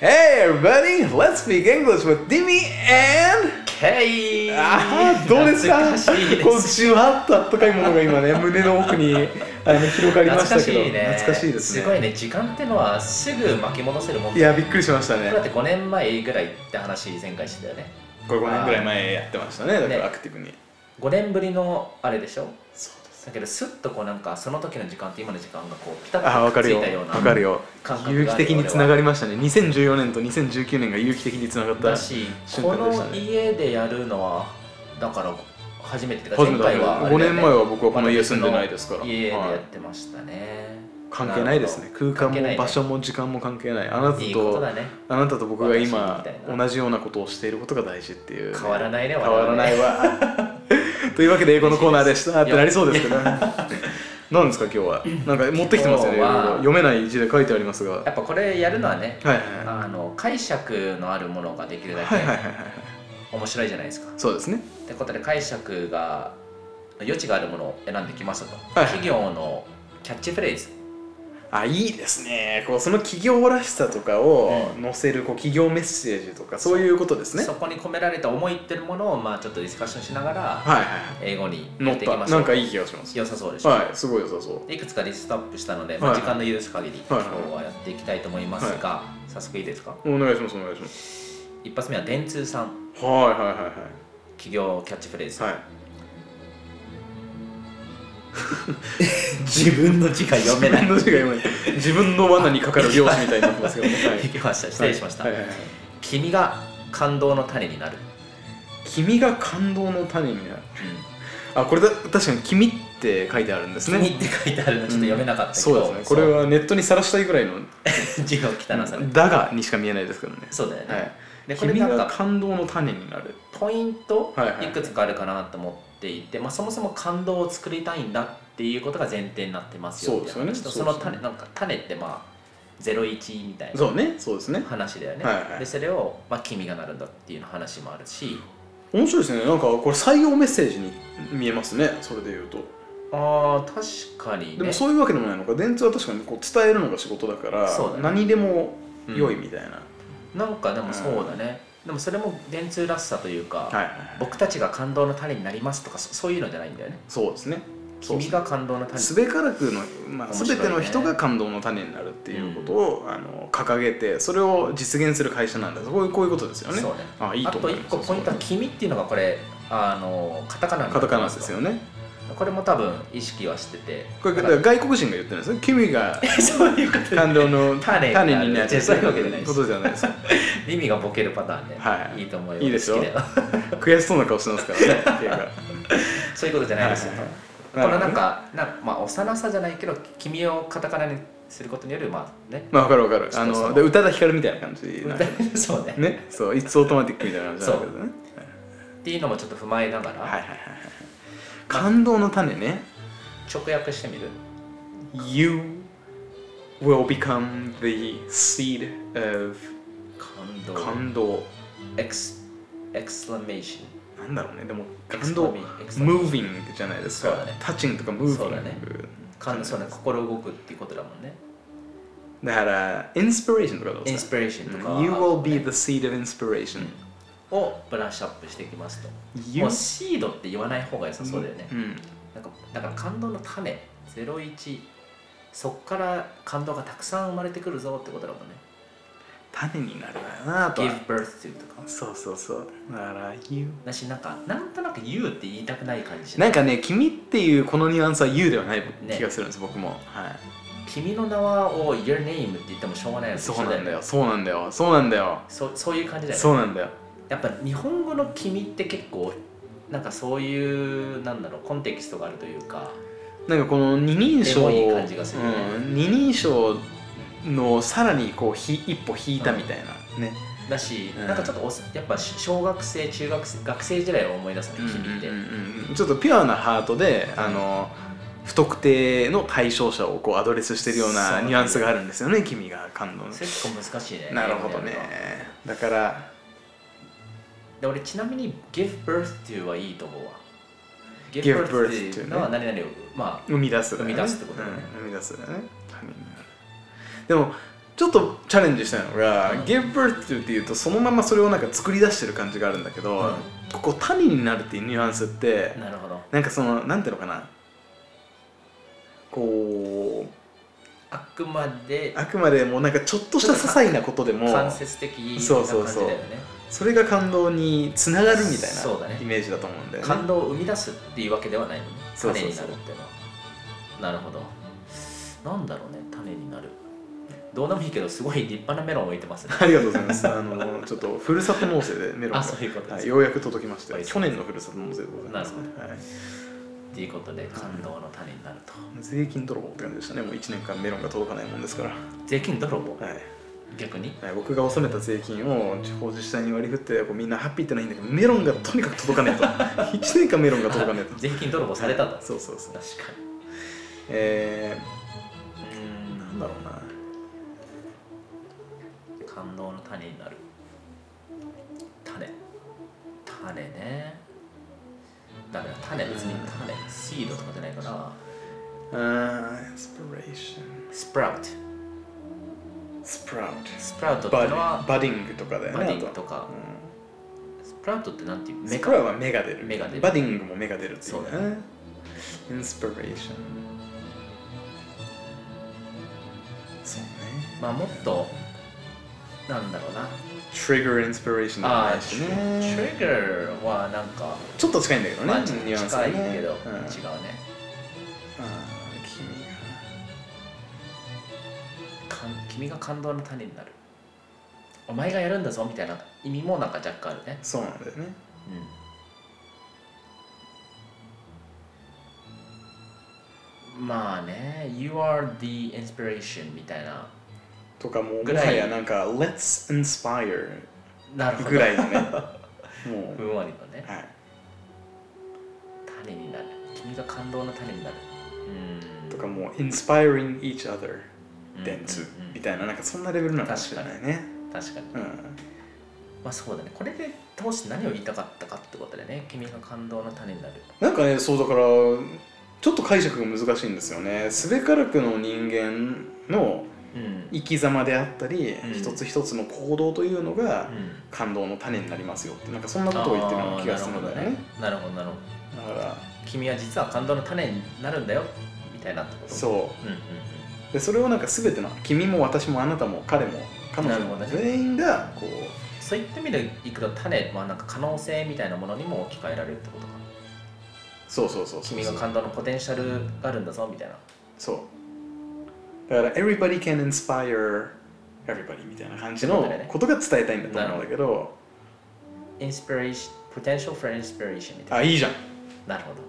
Speaker 1: Hey everybody, let's speak English with Dimi and
Speaker 2: ケイ
Speaker 1: ああどうですか
Speaker 2: 懐かしい
Speaker 1: こ
Speaker 2: で
Speaker 1: の
Speaker 2: す
Speaker 1: じわっとあったかいものが今 ね胸の奥にあの広がりま
Speaker 2: 懐
Speaker 1: した
Speaker 2: か
Speaker 1: けど
Speaker 2: しいね
Speaker 1: 懐かしいですね
Speaker 2: すごいね時間ってのはすぐ巻き戻せるもん
Speaker 1: いやびっくりしましたね
Speaker 2: だって5年前ぐらいって話前回してたよね
Speaker 1: これ5年ぐらい前やってましたねだからアクティブに、
Speaker 2: 5年ぶりのあれでしょ
Speaker 1: そうです
Speaker 2: だけどスッとこうなんかその時の時間と今の時間がこうピタ
Speaker 1: あ
Speaker 2: ッ
Speaker 1: 分か
Speaker 2: とくっつ
Speaker 1: るよ
Speaker 2: いたような
Speaker 1: 分かるよ
Speaker 2: 感覚がある
Speaker 1: 有機的につながりましたね2014年と2019年が有機的につながった
Speaker 2: だし、
Speaker 1: 瞬
Speaker 2: こ
Speaker 1: 間でしたね
Speaker 2: の家でやるのはだから初めて
Speaker 1: 初めてだね
Speaker 2: あれだ
Speaker 1: 5
Speaker 2: よね
Speaker 1: 年前は僕はこの家住んでないですから
Speaker 2: まだ別の家で
Speaker 1: はい
Speaker 2: やってましたね、
Speaker 1: 関係ないですね空間
Speaker 2: 関係ない
Speaker 1: も
Speaker 2: ね
Speaker 1: 場所も時間も関係ないあなたと
Speaker 2: いいことだね
Speaker 1: あなたと僕が今
Speaker 2: 私みたいな
Speaker 1: 同じようなことをしていることが大事っていうね、
Speaker 2: 変わらないね
Speaker 1: 変
Speaker 2: 我々
Speaker 1: わらないわ というわけで英語のコーナーでしたってなりそうですけどね何ですか今日はなんか持ってきてますよね
Speaker 2: 今日
Speaker 1: 色
Speaker 2: は
Speaker 1: 々読めない字で書いてありますがはい
Speaker 2: やっぱこれやるのはね、
Speaker 1: はいは
Speaker 2: あの解釈のあるものができるだ
Speaker 1: い
Speaker 2: け
Speaker 1: はいはいはいはい
Speaker 2: 面白いじゃないですか、
Speaker 1: そうですね
Speaker 2: ってことで解釈が余地があるものを選んできましたと、
Speaker 1: はい
Speaker 2: 企業のキャッチフレーズ
Speaker 1: あいいですねこうその企業らしさとかを載せるこう企業メッセージとかそういうことですね
Speaker 2: そこに込められた思いっていうものをまあちょっとディスカッションしながら
Speaker 1: はいはい
Speaker 2: 英語に
Speaker 1: 乗
Speaker 2: や
Speaker 1: っ
Speaker 2: っていきま
Speaker 1: た
Speaker 2: しょ
Speaker 1: な
Speaker 2: うん
Speaker 1: かいい気がします
Speaker 2: 良さそうでしょ、
Speaker 1: はいすごい良さそう
Speaker 2: いくつかリストアップしたので、まあ、
Speaker 1: はい
Speaker 2: 時間の許す限り、
Speaker 1: はい
Speaker 2: 今日はやっていきたいと思いますが、早速いいですか
Speaker 1: お願いしますお願いします
Speaker 2: 一発目は電通さん
Speaker 1: はいはいはい
Speaker 2: 企業キャッチフレーズ、
Speaker 1: はいはい
Speaker 2: 自分の字が読めない
Speaker 1: 自分の字が読めない自分の罠にかかる漁師みたいになって ますけどね、はい
Speaker 2: いきました失礼しました、
Speaker 1: はいはいはい
Speaker 2: 君が感動の種になる、
Speaker 1: 君が感動の種になるあこれだ確かに「君」って書いてあるんですね
Speaker 2: 君って書いてあるのちょっと読めなかったけど、
Speaker 1: そうですねこれはネットにさらしたいぐらいの
Speaker 2: そう字の汚さね、
Speaker 1: 「だが」にしか見えないですけどね
Speaker 2: そうだよね、
Speaker 1: はい
Speaker 2: でこれ
Speaker 1: 君
Speaker 2: なん
Speaker 1: が
Speaker 2: か
Speaker 1: 感動の種になる
Speaker 2: ポイント
Speaker 1: はいはい
Speaker 2: いくつかあるかなと思っていて、まあ、そもそも感動を作りたいんだっていうことが前提になってますよって
Speaker 1: そうですよね
Speaker 2: 話と
Speaker 1: そうで
Speaker 2: その
Speaker 1: すよね
Speaker 2: 種なんか種ってまあ01みたいな
Speaker 1: そうねそうですね
Speaker 2: 話だよね、
Speaker 1: はいはい
Speaker 2: でそれを、まあ、君がなるんだっていう話もあるし
Speaker 1: 面白いですねなんかこれ採用メッセージに見えますねそれでいうと
Speaker 2: あー確かにね
Speaker 1: でもそういうわけでもないのか電通は確かにこう伝えるのが仕事だから
Speaker 2: そうだね
Speaker 1: 何でも良いみたいな、
Speaker 2: なんかでもそうだね、でもそれも電通らしさという
Speaker 1: は
Speaker 2: か、
Speaker 1: いはい
Speaker 2: 僕たちが感動の種になりますとかそそういうのじゃないんだよね
Speaker 1: そうですねそう
Speaker 2: 君が感動の種
Speaker 1: すべからくの、まあ、
Speaker 2: 面白いね
Speaker 1: 全ての人が感動の種になるっていうことを、あの掲げてそれを実現する会社なんだこういうこういうことですよね
Speaker 2: そうね
Speaker 1: あいい
Speaker 2: あ
Speaker 1: と思
Speaker 2: と
Speaker 1: い
Speaker 2: 一
Speaker 1: ます
Speaker 2: 個ポイントは「君」っていうのがこれあのカタカナに
Speaker 1: カ
Speaker 2: なって
Speaker 1: タカナ
Speaker 2: ま
Speaker 1: ですよね
Speaker 2: これも多分意識はしてて
Speaker 1: これだ
Speaker 2: だ
Speaker 1: か
Speaker 2: からら
Speaker 1: 外国人が言ってるんですね君が
Speaker 2: そういうことで
Speaker 1: 感動の
Speaker 2: 種が
Speaker 1: 種になる
Speaker 2: いやそういうわけじゃないです
Speaker 1: ことじゃないです
Speaker 2: 意味がボケるパターンで、
Speaker 1: はい
Speaker 2: いと思うよ
Speaker 1: いいですよ
Speaker 2: 好きだよ
Speaker 1: 悔しそうな顔してますからねっていうか
Speaker 2: そういうことじゃないですよ、
Speaker 1: はいはい
Speaker 2: このなんかな、まあ、幼さじゃないけど君をカタカナにすることによるまあね
Speaker 1: まあわかるわかるあ
Speaker 2: ちょっとそ
Speaker 1: の
Speaker 2: の
Speaker 1: で宇多田ヒカルみたいな感じなんで
Speaker 2: そうね
Speaker 1: ねそう It's automatic みたいな感じなんだけどね
Speaker 2: っていうのもちょっと踏まえながら、
Speaker 1: はいはいはいはい感動の種ね
Speaker 2: 直訳してみる
Speaker 1: You will become the seed of
Speaker 2: 感動
Speaker 1: 感動
Speaker 2: エクスエクスラメーシ
Speaker 1: なんだろうねでも感動
Speaker 2: Exclamation
Speaker 1: Moving じゃないです
Speaker 2: そう
Speaker 1: か
Speaker 2: だね
Speaker 1: Touching とか Moving
Speaker 2: そうだねョン感動そうね心動くっていうことだもんね
Speaker 1: だから、インスピレーションとかどう
Speaker 2: イ
Speaker 1: で
Speaker 2: ン
Speaker 1: す
Speaker 2: ス
Speaker 1: か
Speaker 2: ピレーションとか、
Speaker 1: うん ?You will be the seed of inspiration.
Speaker 2: をブラッシュアップしていきますと
Speaker 1: You-
Speaker 2: もうシードって言わない方が良さそうだよね、
Speaker 1: うん。
Speaker 2: なんかだから感動の種01そっから感動がたくさん生まれてくるぞってことだもんね
Speaker 1: 種になるわよなとは。
Speaker 2: give birth to とか
Speaker 1: そうそうそう。だから、You。
Speaker 2: だしなんかなんとなく you って言いたくない感じしな
Speaker 1: ないんかね、君っていうこのニュアンスは You ではない
Speaker 2: ね
Speaker 1: 気がするんです、僕も。はい。
Speaker 2: 君の名はを your name って言ってもしょうがないのと
Speaker 1: そう
Speaker 2: 一緒
Speaker 1: なんだよ、そうなんだよ、そうなんだよ。
Speaker 2: そそういう感じだよね
Speaker 1: そうなんだよ。
Speaker 2: やっぱ日本語の「君」って結構なんかそういうなんだろうコンテキストがあるというか
Speaker 1: なんかこの二人称
Speaker 2: エモい感じがするよね
Speaker 1: うん二人称のさらにこうひ一歩引いたみたいなね。
Speaker 2: だし、
Speaker 1: うん
Speaker 2: なんかちょっとおすやっぱ小学生中学生学生時代を思い出すね「君」って、
Speaker 1: うんうんうんうんちょっとピュアなハートで、あの不特定の対象者をこうアドレスしてるよう
Speaker 2: そ
Speaker 1: な
Speaker 2: う
Speaker 1: ニュアンスがあるんですよね君が感動の
Speaker 2: それ結構難しいね
Speaker 1: なるほどねだから
Speaker 2: で俺ちなみに「give birth to」はいいと思うわ
Speaker 1: Give birth to ね
Speaker 2: birth っていうのは何々をまあ
Speaker 1: 生み出すだよね、
Speaker 2: 生み出すってことだね
Speaker 1: うん生み出すだよね種になるでもちょっとチャレンジしたいのが
Speaker 2: うん
Speaker 1: 「give birth to」っていうとそのままそれをなんか作り出してる感じがあるんだけど、
Speaker 2: うん
Speaker 1: ここ種になるっていうニュアンスって
Speaker 2: なるほど
Speaker 1: なんかそのなんていうのかなこう
Speaker 2: あくまで
Speaker 1: あくまでもなんかちょっとした些細なことでも
Speaker 2: 間接的な
Speaker 1: そう
Speaker 2: 感じだ
Speaker 1: そ
Speaker 2: よ
Speaker 1: う
Speaker 2: ね
Speaker 1: そうそれが感動につながるみたい
Speaker 2: そうだね
Speaker 1: なイメージだと思うんだよね
Speaker 2: 感動を生み出すっていうわけではないのね
Speaker 1: そう
Speaker 2: 種
Speaker 1: そう
Speaker 2: に
Speaker 1: そ
Speaker 2: な
Speaker 1: う
Speaker 2: るっていうのはなるほどなんだろうね種になるどうでもいいけどすごい立派なメロンを置いてますね
Speaker 1: ありがとうございますあのちょっとふるさと納税でメロン
Speaker 2: あ
Speaker 1: が
Speaker 2: そういうことで
Speaker 1: は
Speaker 2: す、
Speaker 1: い、ようやく届きまして
Speaker 2: はい
Speaker 1: 去年のふるさと納税でございます、
Speaker 2: なる
Speaker 1: はい、
Speaker 2: っていうことで感動の種になると
Speaker 1: 税金泥棒って感じでしたねもう1年間メロンが届かないもんですから、は
Speaker 2: 税金泥棒
Speaker 1: い
Speaker 2: 逆に
Speaker 1: はい、僕が納めた税金を地方自治体に割り振ってこうみんなハッピーってないんだけどメロンがとにかく届かねえと1 年間メロンが届かねえと
Speaker 2: 税金泥棒されたと確か
Speaker 1: そうそうそう
Speaker 2: に
Speaker 1: え
Speaker 2: うー
Speaker 1: ー、
Speaker 2: ん
Speaker 1: なんだろうな
Speaker 2: 感動の種になる種種ねダメだ種別に種シードとかじゃないかな
Speaker 1: あーインスピレーション
Speaker 2: スプラウト
Speaker 1: スプラウト
Speaker 2: スプラウトって
Speaker 1: バ
Speaker 2: のは
Speaker 1: バディングとかだよね
Speaker 2: バディング
Speaker 1: あ
Speaker 2: とか
Speaker 1: う
Speaker 2: スプラウトってなんていうんメ
Speaker 1: スプラ
Speaker 2: カ
Speaker 1: は芽が出る
Speaker 2: 芽が出る
Speaker 1: バディングも芽が出るっていうね
Speaker 2: そうだ
Speaker 1: インスピレーションそうね
Speaker 2: まあもっとなんだろうな
Speaker 1: トリガーインスピレーションでも
Speaker 2: あ
Speaker 1: ない
Speaker 2: あ
Speaker 1: し
Speaker 2: ト
Speaker 1: ね
Speaker 2: リガーはなんか
Speaker 1: ちょっと近いんだけどね、
Speaker 2: まあ近
Speaker 1: ニュアンスがね
Speaker 2: いけど違
Speaker 1: う
Speaker 2: う
Speaker 1: ん、あー
Speaker 2: ね
Speaker 1: 君が
Speaker 2: かん君が感動の種になるお前がやるんだぞみたいな意味もなんか若干あるね
Speaker 1: そうなんだよね
Speaker 2: うんまあね You are the inspiration みたいな
Speaker 1: とかもう
Speaker 2: ぐ
Speaker 1: も
Speaker 2: らい
Speaker 1: はやなんか Let's inspire
Speaker 2: なるほど
Speaker 1: ぐらいの ねも
Speaker 2: ふ
Speaker 1: うん
Speaker 2: わりのね
Speaker 1: はい
Speaker 2: 種になる君が感動の種になるうん
Speaker 1: とかもう inspiring each other
Speaker 2: うん
Speaker 1: then to
Speaker 2: うん
Speaker 1: みたいななんかそんなレベルなのかもしれないね
Speaker 2: 確かに
Speaker 1: うん
Speaker 2: まあそうだねこれで通して何を言いたかったかってことでね君が感動の種になる
Speaker 1: なんかねそうだからちょっと解釈が難しいんですよねすべからくの人間の
Speaker 2: うんうん
Speaker 1: 生き様であったり、
Speaker 2: ん
Speaker 1: 一つ一つの行動というのが感動の種になりますよってなんかそんなことを言ってるような気がするんだよね
Speaker 2: あーなるほどねなるほどなるほど
Speaker 1: だから
Speaker 2: 君は実は感動の種になるんだよみたいなってことう
Speaker 1: そ
Speaker 2: うんうん
Speaker 1: うでそれをなんか全ての君も私もあなたも彼も彼女も
Speaker 2: なるほどね
Speaker 1: 全員がこう
Speaker 2: そういった意味でいくと種はなんか可能性みたいなものにも置き換えられるってことか
Speaker 1: そうそうそうそう
Speaker 2: 君が感動のポテンシャルがあるんだぞみたいな
Speaker 1: そうだから everybody can inspire everybody みたいな感じのことが伝えたいんだと思うんだけど
Speaker 2: インスピレーション potential for inspiration みたい
Speaker 1: あいいじゃん
Speaker 2: ななるほど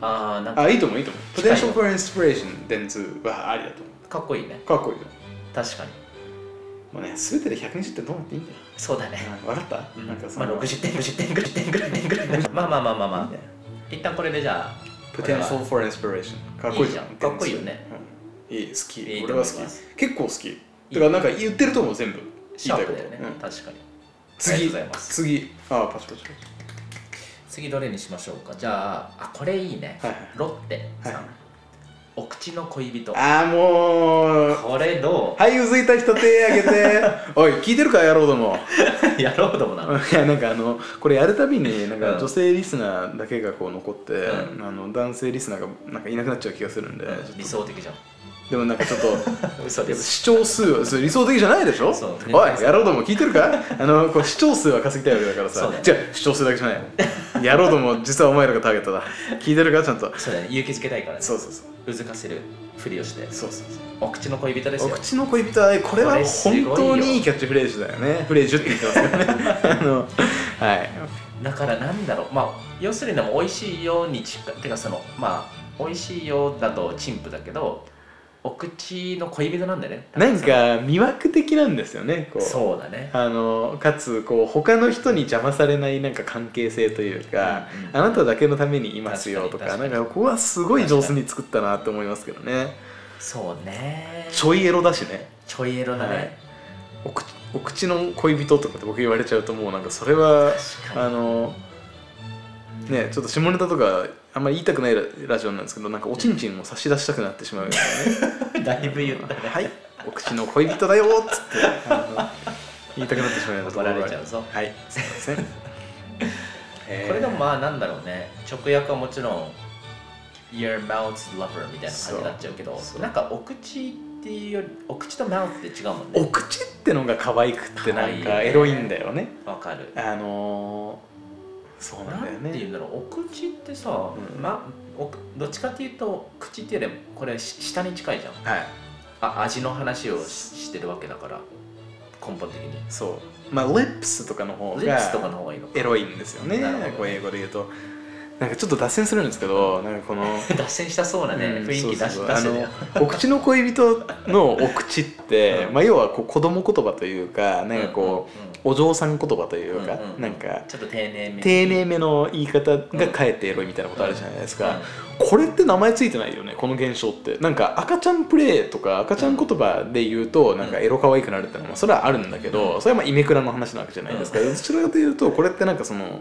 Speaker 2: ああなん か
Speaker 1: あいいと思ういいと思う
Speaker 2: 近いの
Speaker 1: potential for inspiration then to はありだと思
Speaker 2: かっこいいね
Speaker 1: うかっこいいじゃん
Speaker 2: 確かに
Speaker 1: もうね全てで120点どうなっていいんだよ
Speaker 2: そうだね
Speaker 1: 分かった、
Speaker 2: うん
Speaker 1: な
Speaker 2: ま
Speaker 1: ん
Speaker 2: あ
Speaker 1: かその、
Speaker 2: 60点60点ぐらい点ぐらい点ぐらいまあまあまあまあまあ一旦これでじゃあ
Speaker 1: ポ
Speaker 2: こ
Speaker 1: テ
Speaker 2: れ
Speaker 1: ン
Speaker 2: は
Speaker 1: シャル for inspiration かっこいいじゃん
Speaker 2: いいじゃんかっこいいよね、
Speaker 1: うんいい好き
Speaker 2: いい
Speaker 1: 俺
Speaker 2: と思い
Speaker 1: は
Speaker 2: ま
Speaker 1: 好き
Speaker 2: す
Speaker 1: 結構好きだからなんか言ってると思う全部
Speaker 2: シ
Speaker 1: 言
Speaker 2: ャ
Speaker 1: いた
Speaker 2: ー
Speaker 1: いこ
Speaker 2: プ
Speaker 1: と
Speaker 2: だよね、
Speaker 1: うん
Speaker 2: 確かにあり
Speaker 1: 次
Speaker 2: がとうございます
Speaker 1: 次あパチパチパチ
Speaker 2: 次どれにしましょうかじゃああこれいいね、
Speaker 1: はいはい
Speaker 2: ロッテさん、
Speaker 1: はい
Speaker 2: お口の恋人
Speaker 1: あーも う
Speaker 2: これど
Speaker 1: はい、うずいた人手挙げておい、聞いてるか、野郎ども
Speaker 2: うやろうともな の
Speaker 1: いや、なんかあの、これやるたびになん
Speaker 2: う
Speaker 1: か
Speaker 2: ん
Speaker 1: 女性リスナーだけがこう残って、
Speaker 2: う
Speaker 1: あの男性リスナーがなんかいなくなっちゃう気がするんで、ちょっと
Speaker 2: 理 想的じゃん
Speaker 1: でもなんかちょ っと
Speaker 2: 嘘
Speaker 1: で
Speaker 2: で
Speaker 1: も
Speaker 2: す
Speaker 1: 視聴数はそれ理想的じゃないでしょ
Speaker 2: そう
Speaker 1: おい野郎ども聞いてるかあのこう視聴数は稼ぎたいわけだから
Speaker 2: そ
Speaker 1: さ
Speaker 2: うだね
Speaker 1: じゃ視聴数だけじゃな い野郎ども実はお前らがターゲットだ聞いてるかちゃんと
Speaker 2: そうだね勇気づけたいからね
Speaker 1: そうそうそう
Speaker 2: うずかせるふりをして
Speaker 1: そうそうそう
Speaker 2: お口の恋人です
Speaker 1: お
Speaker 2: よ
Speaker 1: 口の恋人はねこれは
Speaker 2: これすごい
Speaker 1: 本
Speaker 2: よ
Speaker 1: 当にいいキャッチフレーズだよ ねフレージュって言ってますからねあのはい
Speaker 2: だからなんだろうまあ要するにでも美味しいように近いてかそのまあ美味しいようだと陳腐だけどお口の恋人なんだよね
Speaker 1: なんか魅惑的なんですよねこう
Speaker 2: そうだね
Speaker 1: あのかつこう他の人に邪魔されないなんか関係性というか、
Speaker 2: うんうん
Speaker 1: あなただけのためにいますよとか
Speaker 2: 確か
Speaker 1: なん
Speaker 2: に確かに
Speaker 1: かここはすごい上手に作ったなって思いますけどね
Speaker 2: そうね
Speaker 1: ちょいエロだしね
Speaker 2: ちょいエロだね、
Speaker 1: はいお口お口の恋人とかって僕言われちゃうともうなんかそれは
Speaker 2: 確かに
Speaker 1: あのねちょっと下ネタとかあんまり言いたくないララジオなんですけどなんかおちんちんを差し出したくなってしまうようなね
Speaker 2: だいぶ言ったね。
Speaker 1: はいお口の恋人だよっつってあの言いたくなってしまうようなとこ
Speaker 2: 怒
Speaker 1: ろ
Speaker 2: ら
Speaker 1: が
Speaker 2: れちゃうぞ。
Speaker 1: はい、すいま せん。こ
Speaker 2: これでもまあなんだろうね、直訳はもちろん、Your mouth lover みたいな感じになっちゃうけど
Speaker 1: そうそ、う
Speaker 2: なんかお口っていうより、お口と mouth って違うもん
Speaker 1: お
Speaker 2: ね。
Speaker 1: 口ってのが可愛くって
Speaker 2: 可
Speaker 1: な
Speaker 2: 愛
Speaker 1: ん
Speaker 2: いよね
Speaker 1: かエロいんだよね。
Speaker 2: わかる。
Speaker 1: あのー、そうなんだよ
Speaker 2: なんていうん
Speaker 1: ね。
Speaker 2: だろう、お口ってさ、
Speaker 1: うん
Speaker 2: ま、おどっちかっていうと、口っていうよりも、これし下に近いじゃん。
Speaker 1: はい、
Speaker 2: あ味の話をししてるわけだから、根本的に。
Speaker 1: そう。まあ、lips とかの方
Speaker 2: リップとか
Speaker 1: が
Speaker 2: の方がいいのか。
Speaker 1: エロいんですよね。
Speaker 2: なるほどね
Speaker 1: こう英語で言うと。なんかちょっと脱線するんですけど、なんかこの。
Speaker 2: 脱線したそうなね、
Speaker 1: うん
Speaker 2: 雰囲気出し出
Speaker 1: そうそう
Speaker 2: し
Speaker 1: そう
Speaker 2: てたよ。
Speaker 1: あのお口の恋人のお口って、
Speaker 2: うん
Speaker 1: まあ、要はこう子供言葉というかなんかこ
Speaker 2: うんうん
Speaker 1: う、お嬢さん言葉というか、
Speaker 2: うんうん
Speaker 1: なんか
Speaker 2: ちょっと丁寧め
Speaker 1: 丁寧めの言い方がかえってエロいみたいなことあるじゃないですか、
Speaker 2: うん
Speaker 1: これって名前ついてないよねこの現象ってなんか赤ちゃんプレイとか赤ちゃん言葉で言うとなんかエロ可愛くなるってのはそれはあるんだけど、それはまあイメクラの話なわけじゃないですか、どちらかというとこれってなんかその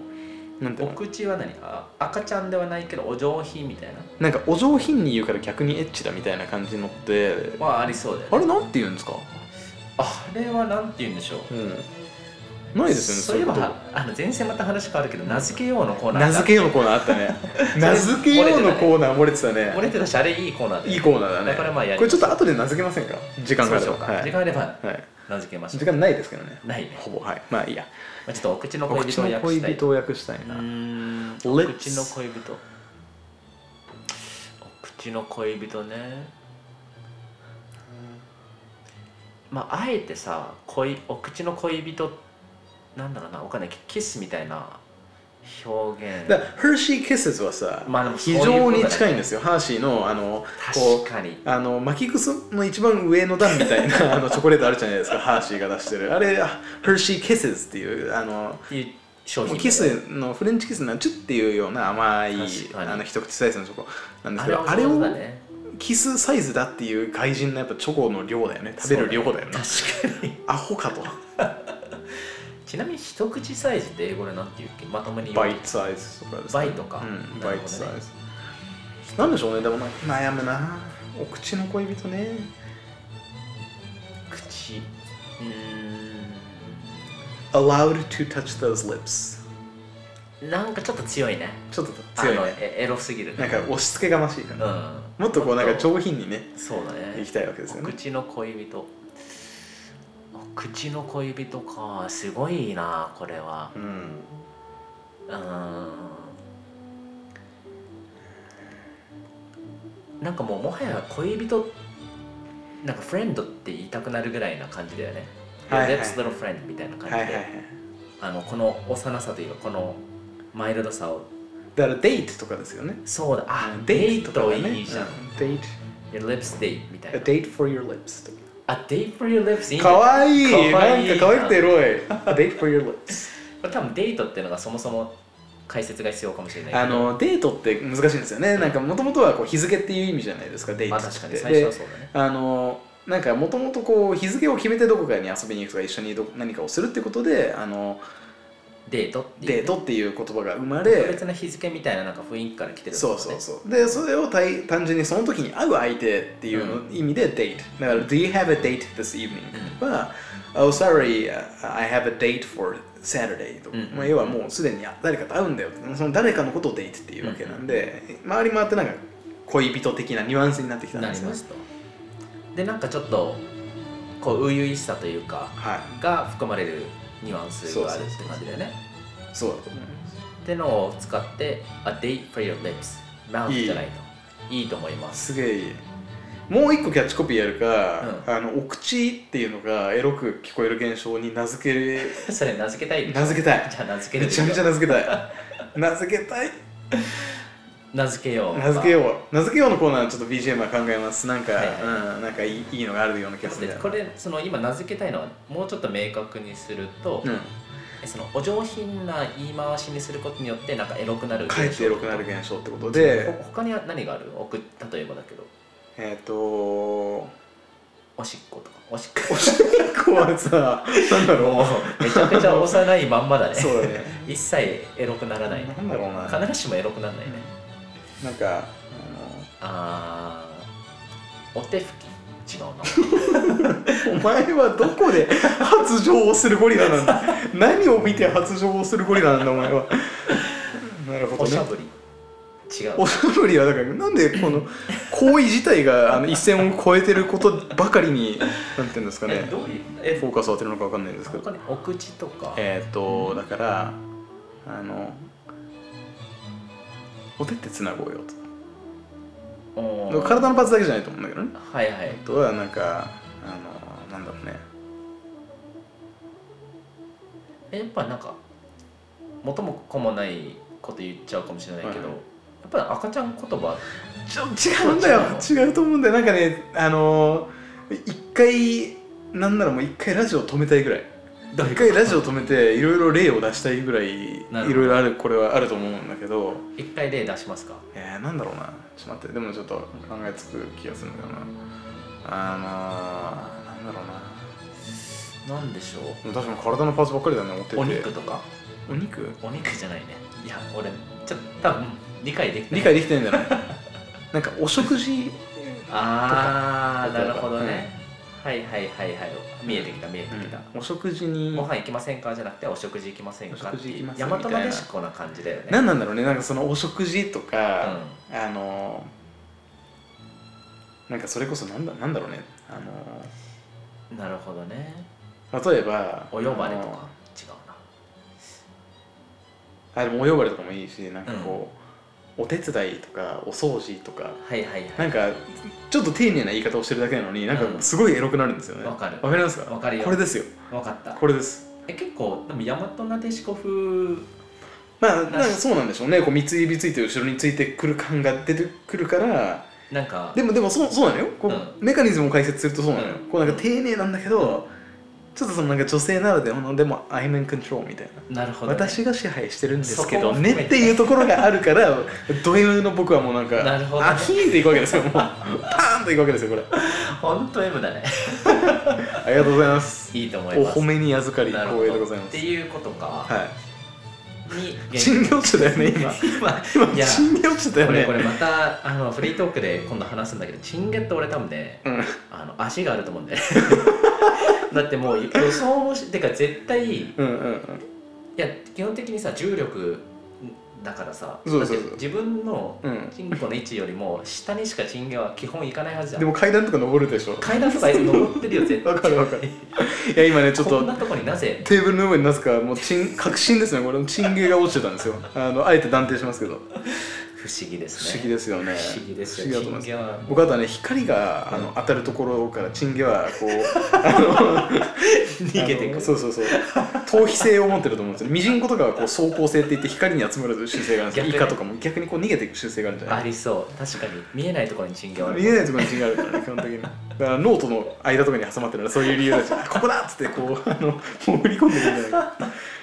Speaker 1: なんてい
Speaker 2: お
Speaker 1: うの
Speaker 2: 口は何あ赤ちゃんではないけどお上品みたいな
Speaker 1: なんかお上品に言うから逆にエッチだみたいな感じのって
Speaker 2: はありそうだよ、ね、
Speaker 1: あれなんて言うんですか、
Speaker 2: あれはなんて言うんでしょう
Speaker 1: うん、ないですよね
Speaker 2: そういえば
Speaker 1: こと
Speaker 2: あの前線また話変わるけど名付けようのコーナー
Speaker 1: 名付けようのコーナーあったね名付けようのコーナー漏れてたね
Speaker 2: 漏れてたしあれいいコーナーで
Speaker 1: いいコーナーだね
Speaker 2: だからまあやり
Speaker 1: これちょっと後で名付けませんか時間があれ
Speaker 2: そ
Speaker 1: ば
Speaker 2: うしようか、
Speaker 1: はい
Speaker 2: 時間あれば
Speaker 1: はい、
Speaker 2: 名付けましょ
Speaker 1: 時
Speaker 2: う
Speaker 1: 間ないですけどね
Speaker 2: ないね、
Speaker 1: ほぼはいまあいいや
Speaker 2: まあ、ちょっとお口の
Speaker 1: お
Speaker 2: 恋
Speaker 1: 口
Speaker 2: 人を
Speaker 1: の
Speaker 2: 訳した
Speaker 1: 恋
Speaker 2: い
Speaker 1: 人を訳したいうな、
Speaker 2: ーんお
Speaker 1: Let's
Speaker 2: 口の恋人お口の恋人ねまああえてさ恋お口の恋人なんだろうなわかんないキキスみたいな表現
Speaker 1: だからヘルシー・キスはさ、
Speaker 2: まあでもそう
Speaker 1: 非
Speaker 2: いうことだね
Speaker 1: 常に近いんですよ、ハーシーのあの
Speaker 2: 確かに
Speaker 1: あの巻きくすの一番上の段みたいなあのチョコレートあるじゃないですか、ハーシーが出してる。あれ、ヘルシー・キスっていう、あの
Speaker 2: っていう商
Speaker 1: も
Speaker 2: 品
Speaker 1: うキスのフレンチキスのチュッっていうような甘い
Speaker 2: 確かに
Speaker 1: あの一口サイズのチョコなんです
Speaker 2: あ
Speaker 1: け
Speaker 2: れ
Speaker 1: ど、
Speaker 2: は
Speaker 1: あれ
Speaker 2: そう
Speaker 1: を
Speaker 2: だね
Speaker 1: キスサイズだっていう外人のやっぱチョコの量だよね、食べる量だよね。
Speaker 2: 確かに
Speaker 1: アホかと、
Speaker 2: ちなみに一口サイズって英語でなんて言うっけまともに言
Speaker 1: バ
Speaker 2: う
Speaker 1: イトサイズとかですね
Speaker 2: バイトか
Speaker 1: うん、
Speaker 2: な
Speaker 1: バ
Speaker 2: る
Speaker 1: イ
Speaker 2: ほどね
Speaker 1: トサイズ。なんでしょうね、でもな悩むな。お口の恋人ね。
Speaker 2: 口うー
Speaker 1: Allowed to touch those lips。
Speaker 2: んなんかちょっと強いね
Speaker 1: ちょっと強い
Speaker 2: あの
Speaker 1: ね。
Speaker 2: えエロすぎる
Speaker 1: なん
Speaker 2: ね
Speaker 1: か押し付けがましいか
Speaker 2: う
Speaker 1: な。
Speaker 2: ん
Speaker 1: もっとこうなんか上品にね、
Speaker 2: そうだね
Speaker 1: 行きたいわけですよ
Speaker 2: お
Speaker 1: ね。
Speaker 2: 口の恋人お口の恋人かすごいなこれは
Speaker 1: うん。
Speaker 2: うーんなんかもうもはや恋人なんかフレンドって言いたくなるぐらいな感じだよ
Speaker 1: はいは
Speaker 2: ね、
Speaker 1: い
Speaker 2: Your lips little friend みたいな感じ
Speaker 1: は
Speaker 2: で、
Speaker 1: いはいはい。
Speaker 2: あのこの幼さというかこのマイルドさを
Speaker 1: だからデートとかですよね。
Speaker 2: そうだあ、
Speaker 1: うん
Speaker 2: デ
Speaker 1: と
Speaker 2: ー
Speaker 1: か
Speaker 2: ト
Speaker 1: ね
Speaker 2: いいじゃん、
Speaker 1: うんデート。
Speaker 2: Your lips date みたい
Speaker 1: A
Speaker 2: な
Speaker 1: date for your lips とか。
Speaker 2: あ date for your lips いいんじ
Speaker 1: か
Speaker 2: ゃない
Speaker 1: わいい
Speaker 2: かわいい
Speaker 1: なんかかわいくてエロい。A date for your lips。
Speaker 2: これ多分デートっていうのがそもそも解説が必要かもしれないけど
Speaker 1: あのデートって難しいんですよね。なんかもともとはこう日付っていう意味じゃないですか、デー
Speaker 2: ま
Speaker 1: ト
Speaker 2: あ
Speaker 1: って。
Speaker 2: 確かに最初はそうだね
Speaker 1: あのなんかもともとこう日付を決めてどこかに遊びに行くとか一緒にど何かをするってことであの
Speaker 2: デートっていうね
Speaker 1: デートっていう言葉が生ま
Speaker 2: 特
Speaker 1: れ
Speaker 2: 別な日付みたいななんか雰囲気から来てるんだろ
Speaker 1: そうそうそうでそれを単単純にその時に会う相手っていうの意味でデートだから Do you have a date this evening? は Oh sorry I have a date for Saturday とか、
Speaker 2: うん
Speaker 1: まあ、要はもうすでに誰かと会うんだよその誰かのことをデートっていうわけなんで、回り回ってなんか恋人的なニュアンスになってきたん
Speaker 2: な
Speaker 1: で
Speaker 2: り
Speaker 1: すよ
Speaker 2: ま
Speaker 1: ね
Speaker 2: すとでなんかちょっとこう初々しさというか
Speaker 1: はい
Speaker 2: が含まれるニュアンスがあるって感じだよね
Speaker 1: そうだと思います
Speaker 2: ってのを使って「A date for your lips」マウスじゃないといいと思います
Speaker 1: すげえいいもう一個キャッチコピーやるか、
Speaker 2: う
Speaker 1: あのお口っていうのがエロく聞こえる現象に名付け る
Speaker 2: それ名付けたい
Speaker 1: 名付けたい
Speaker 2: じゃあ名付け
Speaker 1: め
Speaker 2: る
Speaker 1: ちゃめちゃ名付けたい名付けたい
Speaker 2: 名付けよう
Speaker 1: 名付けよう名付けようのコーナーちょっと BGM は考えますなんか、
Speaker 2: はい
Speaker 1: うん、なんかいいいいのがあるような気がする
Speaker 2: でこれその今名付けたいのはもうちょっと明確にすると、
Speaker 1: うん
Speaker 2: そのお上品な言い回しにすることによってなんかエロくなる現象
Speaker 1: かえってエロくなる現象ってことで
Speaker 2: ほ他には何がある送例えばだけど
Speaker 1: えっ、とお
Speaker 2: おしっことかおしっこ
Speaker 1: しっこはさなんだろ
Speaker 2: もうめちゃくちゃ幼いまんまだね
Speaker 1: うそうだね
Speaker 2: 一切エロくならない
Speaker 1: なんだろうな
Speaker 2: 必ずしもエロくならないね、
Speaker 1: なんか
Speaker 2: あーお手拭き違うな
Speaker 1: あのお前はどこで発情をするゴリラなんだ何を見て発情をするゴリラなんだお前はなるほど
Speaker 2: おし
Speaker 1: ね
Speaker 2: ゃぶり違う
Speaker 1: おしゃぶりはだからなんでこの行為自体があの一線を越えてることばかりになんていうんですかね
Speaker 2: えどういうえ
Speaker 1: フォーカスを当てるのかわかんないですけど
Speaker 2: 他にお口とか
Speaker 1: えっ、ー、とだからあのお手ってつなごうよ
Speaker 2: お
Speaker 1: と
Speaker 2: ー
Speaker 1: 体のパーツだけじゃないと思うんだけどね
Speaker 2: はいはい
Speaker 1: あとはなんかあのなんだろうね
Speaker 2: えやっぱなんか元も子もないこと言っちゃうかもしれないけど、
Speaker 1: はい
Speaker 2: やっぱり赤ちゃん言葉
Speaker 1: ちょ違うんだよ違うと思うんだよなんかねあのー一回なんならもう一回ラジオ止めたいぐらい
Speaker 2: どういう
Speaker 1: 一
Speaker 2: こと
Speaker 1: 回ラジオ止めていろいろ例を出したいぐらいい
Speaker 2: なるほど
Speaker 1: ろいろあるこれはあると思うんだけど
Speaker 2: 一回例出しますか
Speaker 1: えー、なんだろうなちょっと待ってでもちょっと考えつく気がするんだよなあのー、なんだろうな
Speaker 2: なんでしょ
Speaker 1: でも確かに体のパーツばっかりだね持ってて
Speaker 2: うお肉とか
Speaker 1: お肉
Speaker 2: お肉じゃないねいや俺ちょっと多分理解できない
Speaker 1: 理解できてないんだ よねなんかお食事
Speaker 2: ああ
Speaker 1: とか
Speaker 2: なるほどね、はいはいはいはい見えてきた見えてきた、
Speaker 1: お食事に
Speaker 2: ご飯行きませんかじゃなくてお食事行きませんか
Speaker 1: お
Speaker 2: っ
Speaker 1: 食
Speaker 2: て
Speaker 1: 事行
Speaker 2: い
Speaker 1: き
Speaker 2: う
Speaker 1: ません
Speaker 2: 大
Speaker 1: みた
Speaker 2: 和
Speaker 1: いな
Speaker 2: なでしこな感じだよね
Speaker 1: 何なんだろうねなんかそのお食事とか、あのなんかそれこそなんだなんだろうねあ
Speaker 2: うん、なるほどね
Speaker 1: の例えば
Speaker 2: お呼ばれ
Speaker 1: あの
Speaker 2: とか違うな
Speaker 1: あでもお呼ばれとかもいいしなんかこう、お手伝いとかお掃除とか
Speaker 2: はいはいはい
Speaker 1: なんかちょっと丁寧な言い方をしてるだけなのになん
Speaker 2: う
Speaker 1: か
Speaker 2: ん
Speaker 1: すごいエロくなるんですよね
Speaker 2: わかる
Speaker 1: わかりますか
Speaker 2: わかるよ
Speaker 1: これですよ
Speaker 2: 分かった
Speaker 1: これです
Speaker 2: え結構でも大和なでしこ風
Speaker 1: まあなんかそうなんでしょうねこう三指ついて後ろについてくる感が出てくるから
Speaker 2: なんか
Speaker 1: でもでもそうそうなのよこう、
Speaker 2: う
Speaker 1: メカニズムを解説するとそうなのよ、
Speaker 2: うん
Speaker 1: こうなんか丁寧なんだけど、ちょっとそのなんか女性ならではのでも「I'm in control」みたいな、
Speaker 2: なるほどね、
Speaker 1: 私が支配してるんですけ
Speaker 2: そこ
Speaker 1: ど
Speaker 2: も含
Speaker 1: ね
Speaker 2: めて
Speaker 1: っていうところがあるからド M の僕はもうなんか
Speaker 2: なるほどね
Speaker 1: あヒーンっていくわけですよ もうパーンといくわけですよこれ
Speaker 2: 本当 M だね
Speaker 1: ありがとうございます
Speaker 2: いいと思い
Speaker 1: お
Speaker 2: ます
Speaker 1: 褒めに預かり
Speaker 2: なる
Speaker 1: 光
Speaker 2: ほ
Speaker 1: 栄で
Speaker 2: ど
Speaker 1: ござい
Speaker 2: っ
Speaker 1: ま
Speaker 2: て
Speaker 1: す
Speaker 2: いうことか、
Speaker 1: は
Speaker 2: に
Speaker 1: い診療所だよね今
Speaker 2: 今
Speaker 1: 今
Speaker 2: いや
Speaker 1: 診療所だよ
Speaker 2: こ
Speaker 1: ね
Speaker 2: れこれまたあのフリートークで今度話すんだけどチンゲって俺多分ね
Speaker 1: うん
Speaker 2: あの足があると思うん だよねだってもう予想もしてか絶対い
Speaker 1: うんうんうん
Speaker 2: や基本的にさ重力だからさ
Speaker 1: そうそうそう
Speaker 2: だって自分の
Speaker 1: うん
Speaker 2: チンコの位置よりも下にしかチンゲは基本行かないはずじゃ
Speaker 1: で
Speaker 2: ん
Speaker 1: も階段とか登るでしょ
Speaker 2: 階段とか登ってるよ絶対
Speaker 1: わかるわか るいや今 ねちょっ
Speaker 2: こん
Speaker 1: と
Speaker 2: なとこになぜ
Speaker 1: テーブルの上になぜかもうチン確信ですねこれチンゲが落ちてたんですよあのあえて断定しますけど
Speaker 2: 不思議です
Speaker 1: 不
Speaker 2: ね
Speaker 1: 思議ですよね
Speaker 2: 不思議です
Speaker 1: 不
Speaker 2: よ
Speaker 1: 思議だと思い
Speaker 2: チ
Speaker 1: ま
Speaker 2: ン
Speaker 1: す
Speaker 2: ゲは
Speaker 1: 僕あとはね光があの当たるところからチンゲは こうあの
Speaker 2: 逃げて
Speaker 1: あ
Speaker 2: く
Speaker 1: の
Speaker 2: る
Speaker 1: そうそうそう逃避性を持ってると思うんですよミジンコとかはこう走行性って言って光に集まる習性があるんですよイ
Speaker 2: 逆に
Speaker 1: カとかも逆にこう逃げていく習性があるんじゃな
Speaker 2: あ
Speaker 1: い
Speaker 2: りそう確かに見えないところにチンゲはある
Speaker 1: 見えないところにチンゲあるからね基本的にだからノートの間とかに挟まってるのはそういう理由だしあここだっつってこうあのもう振り込んでくるんじゃないか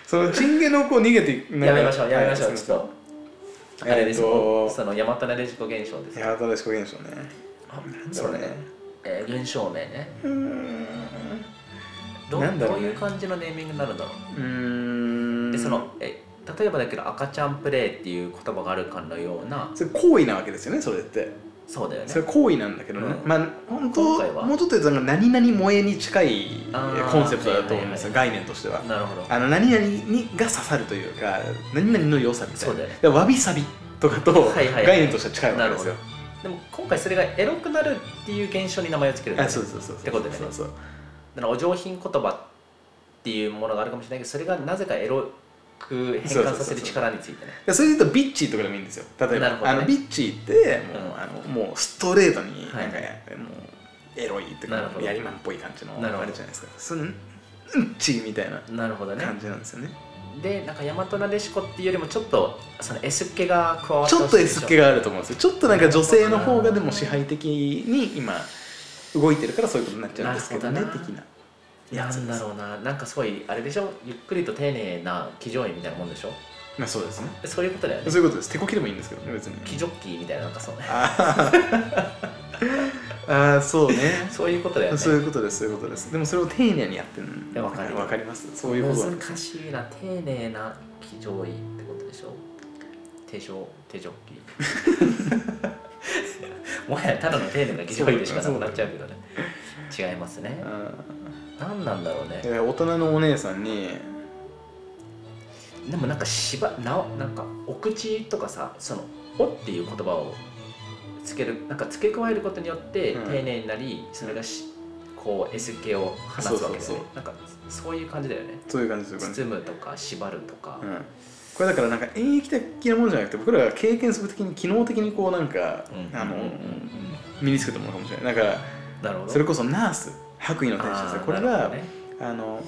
Speaker 1: そのチンゲのこう逃げていく
Speaker 2: やめましょうやめましょう、
Speaker 1: はい
Speaker 2: ちょっと
Speaker 1: えーと
Speaker 2: あれですよ、その山種レジコ現象です
Speaker 1: いや新しく現象ね
Speaker 2: あなん
Speaker 1: だろうね
Speaker 2: えー現象名ね
Speaker 1: うーん
Speaker 2: どう
Speaker 1: なんだろ
Speaker 2: ど
Speaker 1: う
Speaker 2: う
Speaker 1: ね
Speaker 2: いう感じのネーミングになるんだろう、
Speaker 1: うーん
Speaker 2: でそのえ例えばだけど赤ちゃんプレイっていう言葉があるかのような
Speaker 1: それ行為なわけですよねそれって
Speaker 2: そうだよね
Speaker 1: それ行為なんだけどね、
Speaker 2: うん
Speaker 1: まあ本
Speaker 2: 今回
Speaker 1: 当
Speaker 2: は
Speaker 1: もうちょっと言うとなんか何々萌えに近い
Speaker 2: あー
Speaker 1: コンセプトだと思うんですよ、
Speaker 2: は
Speaker 1: 概念としては
Speaker 2: なるほど
Speaker 1: あの何々にが刺さるというか何々の良さみたい
Speaker 2: そう
Speaker 1: な
Speaker 2: だよね
Speaker 1: でわびさびとかと
Speaker 2: はいはい
Speaker 1: 概念としては近いわけですよ、
Speaker 2: なるでも今回それがエロくなるっていう現象に名前をつけるんだよ
Speaker 1: あ
Speaker 2: ね
Speaker 1: そうそうそうそう
Speaker 2: ってことだよね
Speaker 1: そうそう
Speaker 2: だからお上品言葉っていうものがあるかもしれないけどそれがなぜかエロく変換させる力についてね
Speaker 1: でそれで言うとビッチーとかでもいいんですよ例えば、
Speaker 2: なるほど
Speaker 1: あ
Speaker 2: ね
Speaker 1: のビッチーってもう,、
Speaker 2: うん
Speaker 1: あのもうストレートに
Speaker 2: はい
Speaker 1: なんか、もうエロいと
Speaker 2: な
Speaker 1: か
Speaker 2: るほど
Speaker 1: やりまんっぽい感じの
Speaker 2: なるほど
Speaker 1: あれじゃないですかそのうんちみたいな
Speaker 2: なるほどね
Speaker 1: 感じなんですよね
Speaker 2: でなんか大和なでしこっていうよりもちょっとその S 系が加わって
Speaker 1: ちょ
Speaker 2: ほ
Speaker 1: っ
Speaker 2: しい
Speaker 1: と
Speaker 2: でし
Speaker 1: S 気があると思うんですよちょっとなんか女性の方がでも支配的に今動いてるからそういうことになっちゃうんですけどね
Speaker 2: なるほど
Speaker 1: 的
Speaker 2: な
Speaker 1: な
Speaker 2: な
Speaker 1: やつ
Speaker 2: ん
Speaker 1: で
Speaker 2: だ
Speaker 1: す
Speaker 2: ろうななんかすごいあれでしょゆっくりと丁寧な騎乗員みたいなもんでしょ
Speaker 1: まあそうですね
Speaker 2: そういうことだよね
Speaker 1: そういうことです手こきでもいいんですけどね別に
Speaker 2: 騎ジョッキーみたいななんか そうね
Speaker 1: あー あーそうね
Speaker 2: そういうことだよね
Speaker 1: そういうことですそういうことですでもそれを丁寧にやってる
Speaker 2: いやわかるよ
Speaker 1: わかりますそういうことなんです
Speaker 2: 難しいな丁寧な騎乗員ってことでしょ手錠手ジョッキー もはやただの丁寧な騎乗員でしかなくなっちゃうけどね違いますね何なんだろうね
Speaker 1: うんいや大人のお姉さんに
Speaker 2: でもなんかしばなおなんかお口とかさその「お」っていう言葉をつけるなんか付け加えることによって
Speaker 1: うん
Speaker 2: 丁寧になり、それがしこう S 系を放つわけだよね
Speaker 1: そうそうそう
Speaker 2: なんかそういう感じだよね
Speaker 1: そういう感じそういう感じ
Speaker 2: 包むとか縛るとか、
Speaker 1: うんこれだからなんか演疫的なもんじゃなくて僕らが経験則的に機能的にこうなんか、
Speaker 2: うん
Speaker 1: あの、
Speaker 2: うんうん
Speaker 1: 身につけたものかもしれないだから
Speaker 2: なるほど
Speaker 1: それこそナース白衣の天使です
Speaker 2: あ
Speaker 1: よ
Speaker 2: ー
Speaker 1: これ
Speaker 2: なる
Speaker 1: が、
Speaker 2: ほどね
Speaker 1: あの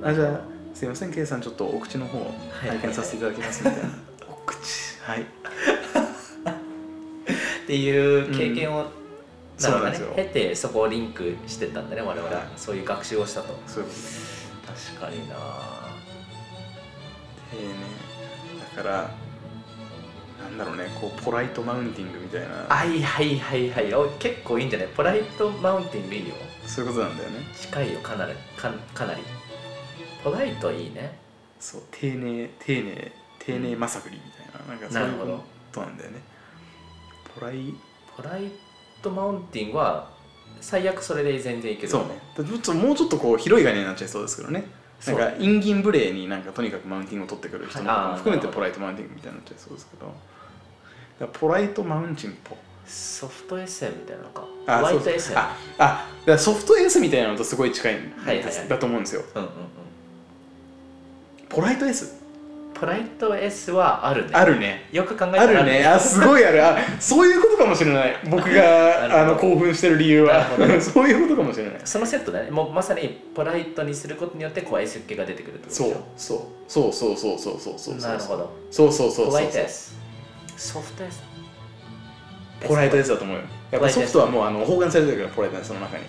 Speaker 2: な
Speaker 1: あ
Speaker 2: る
Speaker 1: じ
Speaker 2: ほど
Speaker 1: ゃあすいません K さんちょっとお口の方を
Speaker 2: いはい
Speaker 1: 拝見させていただきますみたいな、お口はい
Speaker 2: っていう経験を、なるほどね
Speaker 1: そうなんです
Speaker 2: 経
Speaker 1: よ
Speaker 2: てそこをリンクしてったんだね我々は
Speaker 1: は
Speaker 2: そういう学習をしたと
Speaker 1: そういうことです
Speaker 2: 確かにな
Speaker 1: 丁寧だからなんだろうねこうポライトマウンティングみたいな
Speaker 2: はいはいはいはいお結構いいんじゃないポライトマウンティングいいよ
Speaker 1: そういうことなんだよね
Speaker 2: 近いよかなりかかなりポライトいいね
Speaker 1: そう丁寧丁寧丁寧まさぐりみたいななんかそう
Speaker 2: なる
Speaker 1: いう
Speaker 2: ほど
Speaker 1: ことなんだよねポライ
Speaker 2: ポライトマウンティングは最悪それで全然いける
Speaker 1: そ
Speaker 2: よ
Speaker 1: うねだちょっともうちょっとこう広い概念になっちゃいそうですけどねなんかインギン無礼になんかとにかくマウンティングを取ってくる人も
Speaker 2: はいあー
Speaker 1: 含めて
Speaker 2: なるほど
Speaker 1: ポライトマウンティングみたいになっちゃいそうですけどだからポライトマウンチンポ
Speaker 2: ソフトエッセイみたいなのか
Speaker 1: あ
Speaker 2: ホワイ
Speaker 1: そ
Speaker 2: ト
Speaker 1: う
Speaker 2: エッセイ
Speaker 1: ああだからソフトエースみたいなのとすごい近いんです、
Speaker 2: はいはいはい
Speaker 1: だと思うんですよ
Speaker 2: うんうんうん
Speaker 1: ポライトエース
Speaker 2: プライド S はあるね
Speaker 1: あるね
Speaker 2: よく考えたら
Speaker 1: あるねあすごいあるあそういうことかもしれない僕があ
Speaker 2: なる
Speaker 1: の
Speaker 2: ほど
Speaker 1: 興奮してる理由は
Speaker 2: なるほど ね
Speaker 1: そういうことかもしれない
Speaker 2: そのセットだねもうまさにプライドにすることによって怖い設計が出てくるってことでし
Speaker 1: そ
Speaker 2: ょ
Speaker 1: うそうそうそうそうそうそうそうそう
Speaker 2: なるほど
Speaker 1: そうそうそうそう
Speaker 2: ホ
Speaker 1: そ
Speaker 2: ワ
Speaker 1: う
Speaker 2: イト S ソフト S
Speaker 1: ポライトやつだと思うよやっぱソフトはもうあの包含されてるからポライトやつその中に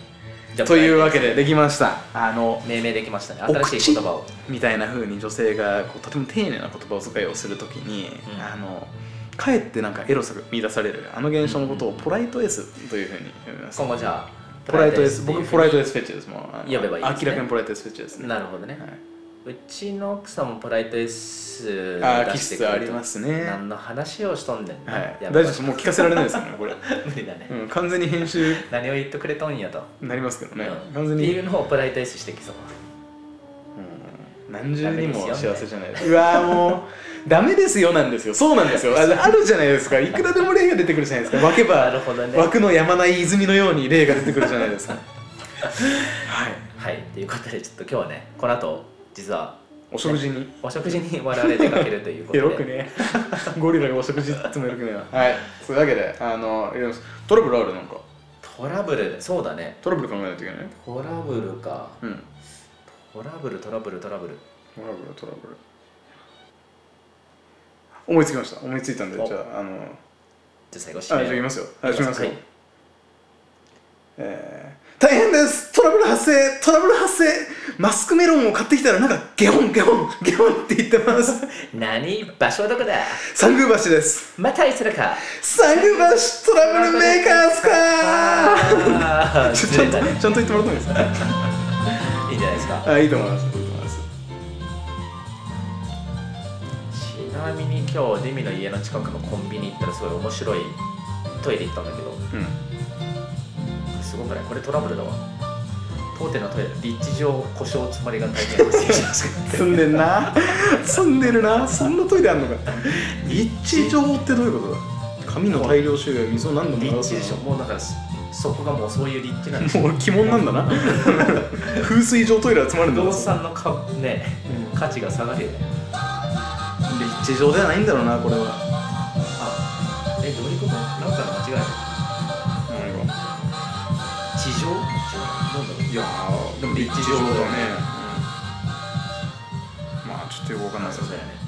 Speaker 2: じゃあ
Speaker 1: というわけでできましたあの
Speaker 2: 命名できましたね
Speaker 1: お口
Speaker 2: 新しい言葉を
Speaker 1: みたいな風に女性がこうとても丁寧な言葉遣いをするときに、
Speaker 2: うん
Speaker 1: あのかえってなんかエロさが見出されるあの現象のことをポライトエスというふうに呼びます、
Speaker 2: 今後じゃあ
Speaker 1: ポライトエス
Speaker 2: っていう
Speaker 1: 僕ポライトエスフェチですもんあの
Speaker 2: 呼べばいいですね
Speaker 1: 明らかにポライトエスフェチですね
Speaker 2: なるほどね
Speaker 1: はいう
Speaker 2: ちの奥さんもプライト S
Speaker 1: あー
Speaker 2: 出
Speaker 1: 気
Speaker 2: して
Speaker 1: 質
Speaker 2: く
Speaker 1: あ
Speaker 2: る
Speaker 1: り
Speaker 2: と
Speaker 1: ますね
Speaker 2: 何の話をしとんねんな
Speaker 1: はい、大丈
Speaker 2: やっぱ
Speaker 1: 夫ですもう聞かせられないですよねこれ、
Speaker 2: 無理だね
Speaker 1: うん、完全に編集
Speaker 2: 何を言ってくれとんやと
Speaker 1: になりますけどね、
Speaker 2: うん
Speaker 1: 完全
Speaker 2: って
Speaker 1: に
Speaker 2: いうのをプライト S してきそう
Speaker 1: うん何重にも幸せじゃないですかうわーもうダメですよなんですよそうなんですよああるじゃないですかいくらでも例が出てくるじゃないですか湧けば
Speaker 2: なるほどね
Speaker 1: 湧くのやまない泉のように例が出てくるじゃないです かはい
Speaker 2: はいということでちょっと今日はねこの後実は
Speaker 1: お食事に
Speaker 2: お食事に我々出かけるということ
Speaker 1: エ
Speaker 2: で
Speaker 1: ロくねゴリラがお食事いつもエロくねえなはいそういうわけであのいろいろトラブルあるなんか
Speaker 2: トラブルそうだね
Speaker 1: トラブル考えないといけない
Speaker 2: トラブルか
Speaker 1: うん
Speaker 2: トラブルトラブルトラブル
Speaker 1: トラブルトラブル思いつきました思いついたんで
Speaker 2: お
Speaker 1: じゃああの
Speaker 2: じゃあ最後
Speaker 1: あ
Speaker 2: 締
Speaker 1: じ
Speaker 2: め
Speaker 1: ゃあ
Speaker 2: を
Speaker 1: 言いますよあしますよ、
Speaker 2: はい
Speaker 1: えー大変ですトラブル発生トラブル発生マスクメロンを買ってきたらなんかゲホンゲホンゲホンって言って ます
Speaker 2: 何場所はどこだ
Speaker 1: 三宮橋です
Speaker 2: またいするか
Speaker 1: 三宮橋トラブルメーカーズか
Speaker 2: あ ー
Speaker 1: ちょ
Speaker 2: ず
Speaker 1: ちゃ
Speaker 2: れ
Speaker 1: んと
Speaker 2: たね
Speaker 1: ちゃんと言ってもらってもいいですか
Speaker 2: いいんじゃないですか
Speaker 1: あいいと思いますいいと思います
Speaker 2: ちなみに今日デミの家の近くのコンビニ行ったらすごい面白いトイレ行ったんだけど
Speaker 1: うん
Speaker 2: すごくないこれトラブルだわ当店のトイレ立地上故障詰まりが大変発生しました
Speaker 1: 住んでんな住んでるなそんなトイレあんのか一条ってどういうことだ紙の大量収容水を何度も流
Speaker 2: 立
Speaker 1: す
Speaker 2: 地でしょもうだからそそこがもうそう いう立地なんでしょ
Speaker 1: もう鬼門なんだな風水上トイレ集まるん
Speaker 2: 不
Speaker 1: だ
Speaker 2: 動産のかね
Speaker 1: う
Speaker 2: 価値が下がるよね
Speaker 1: 立地上ではないんだろうなこれは
Speaker 2: あえどういうことなんかの間違い地上なんだろ
Speaker 1: いやー
Speaker 2: でも立地上だね
Speaker 1: まあちょっとよくわかん
Speaker 2: う
Speaker 1: ない
Speaker 2: あ
Speaker 1: で
Speaker 2: そう
Speaker 1: す
Speaker 2: だ
Speaker 1: ね
Speaker 2: よね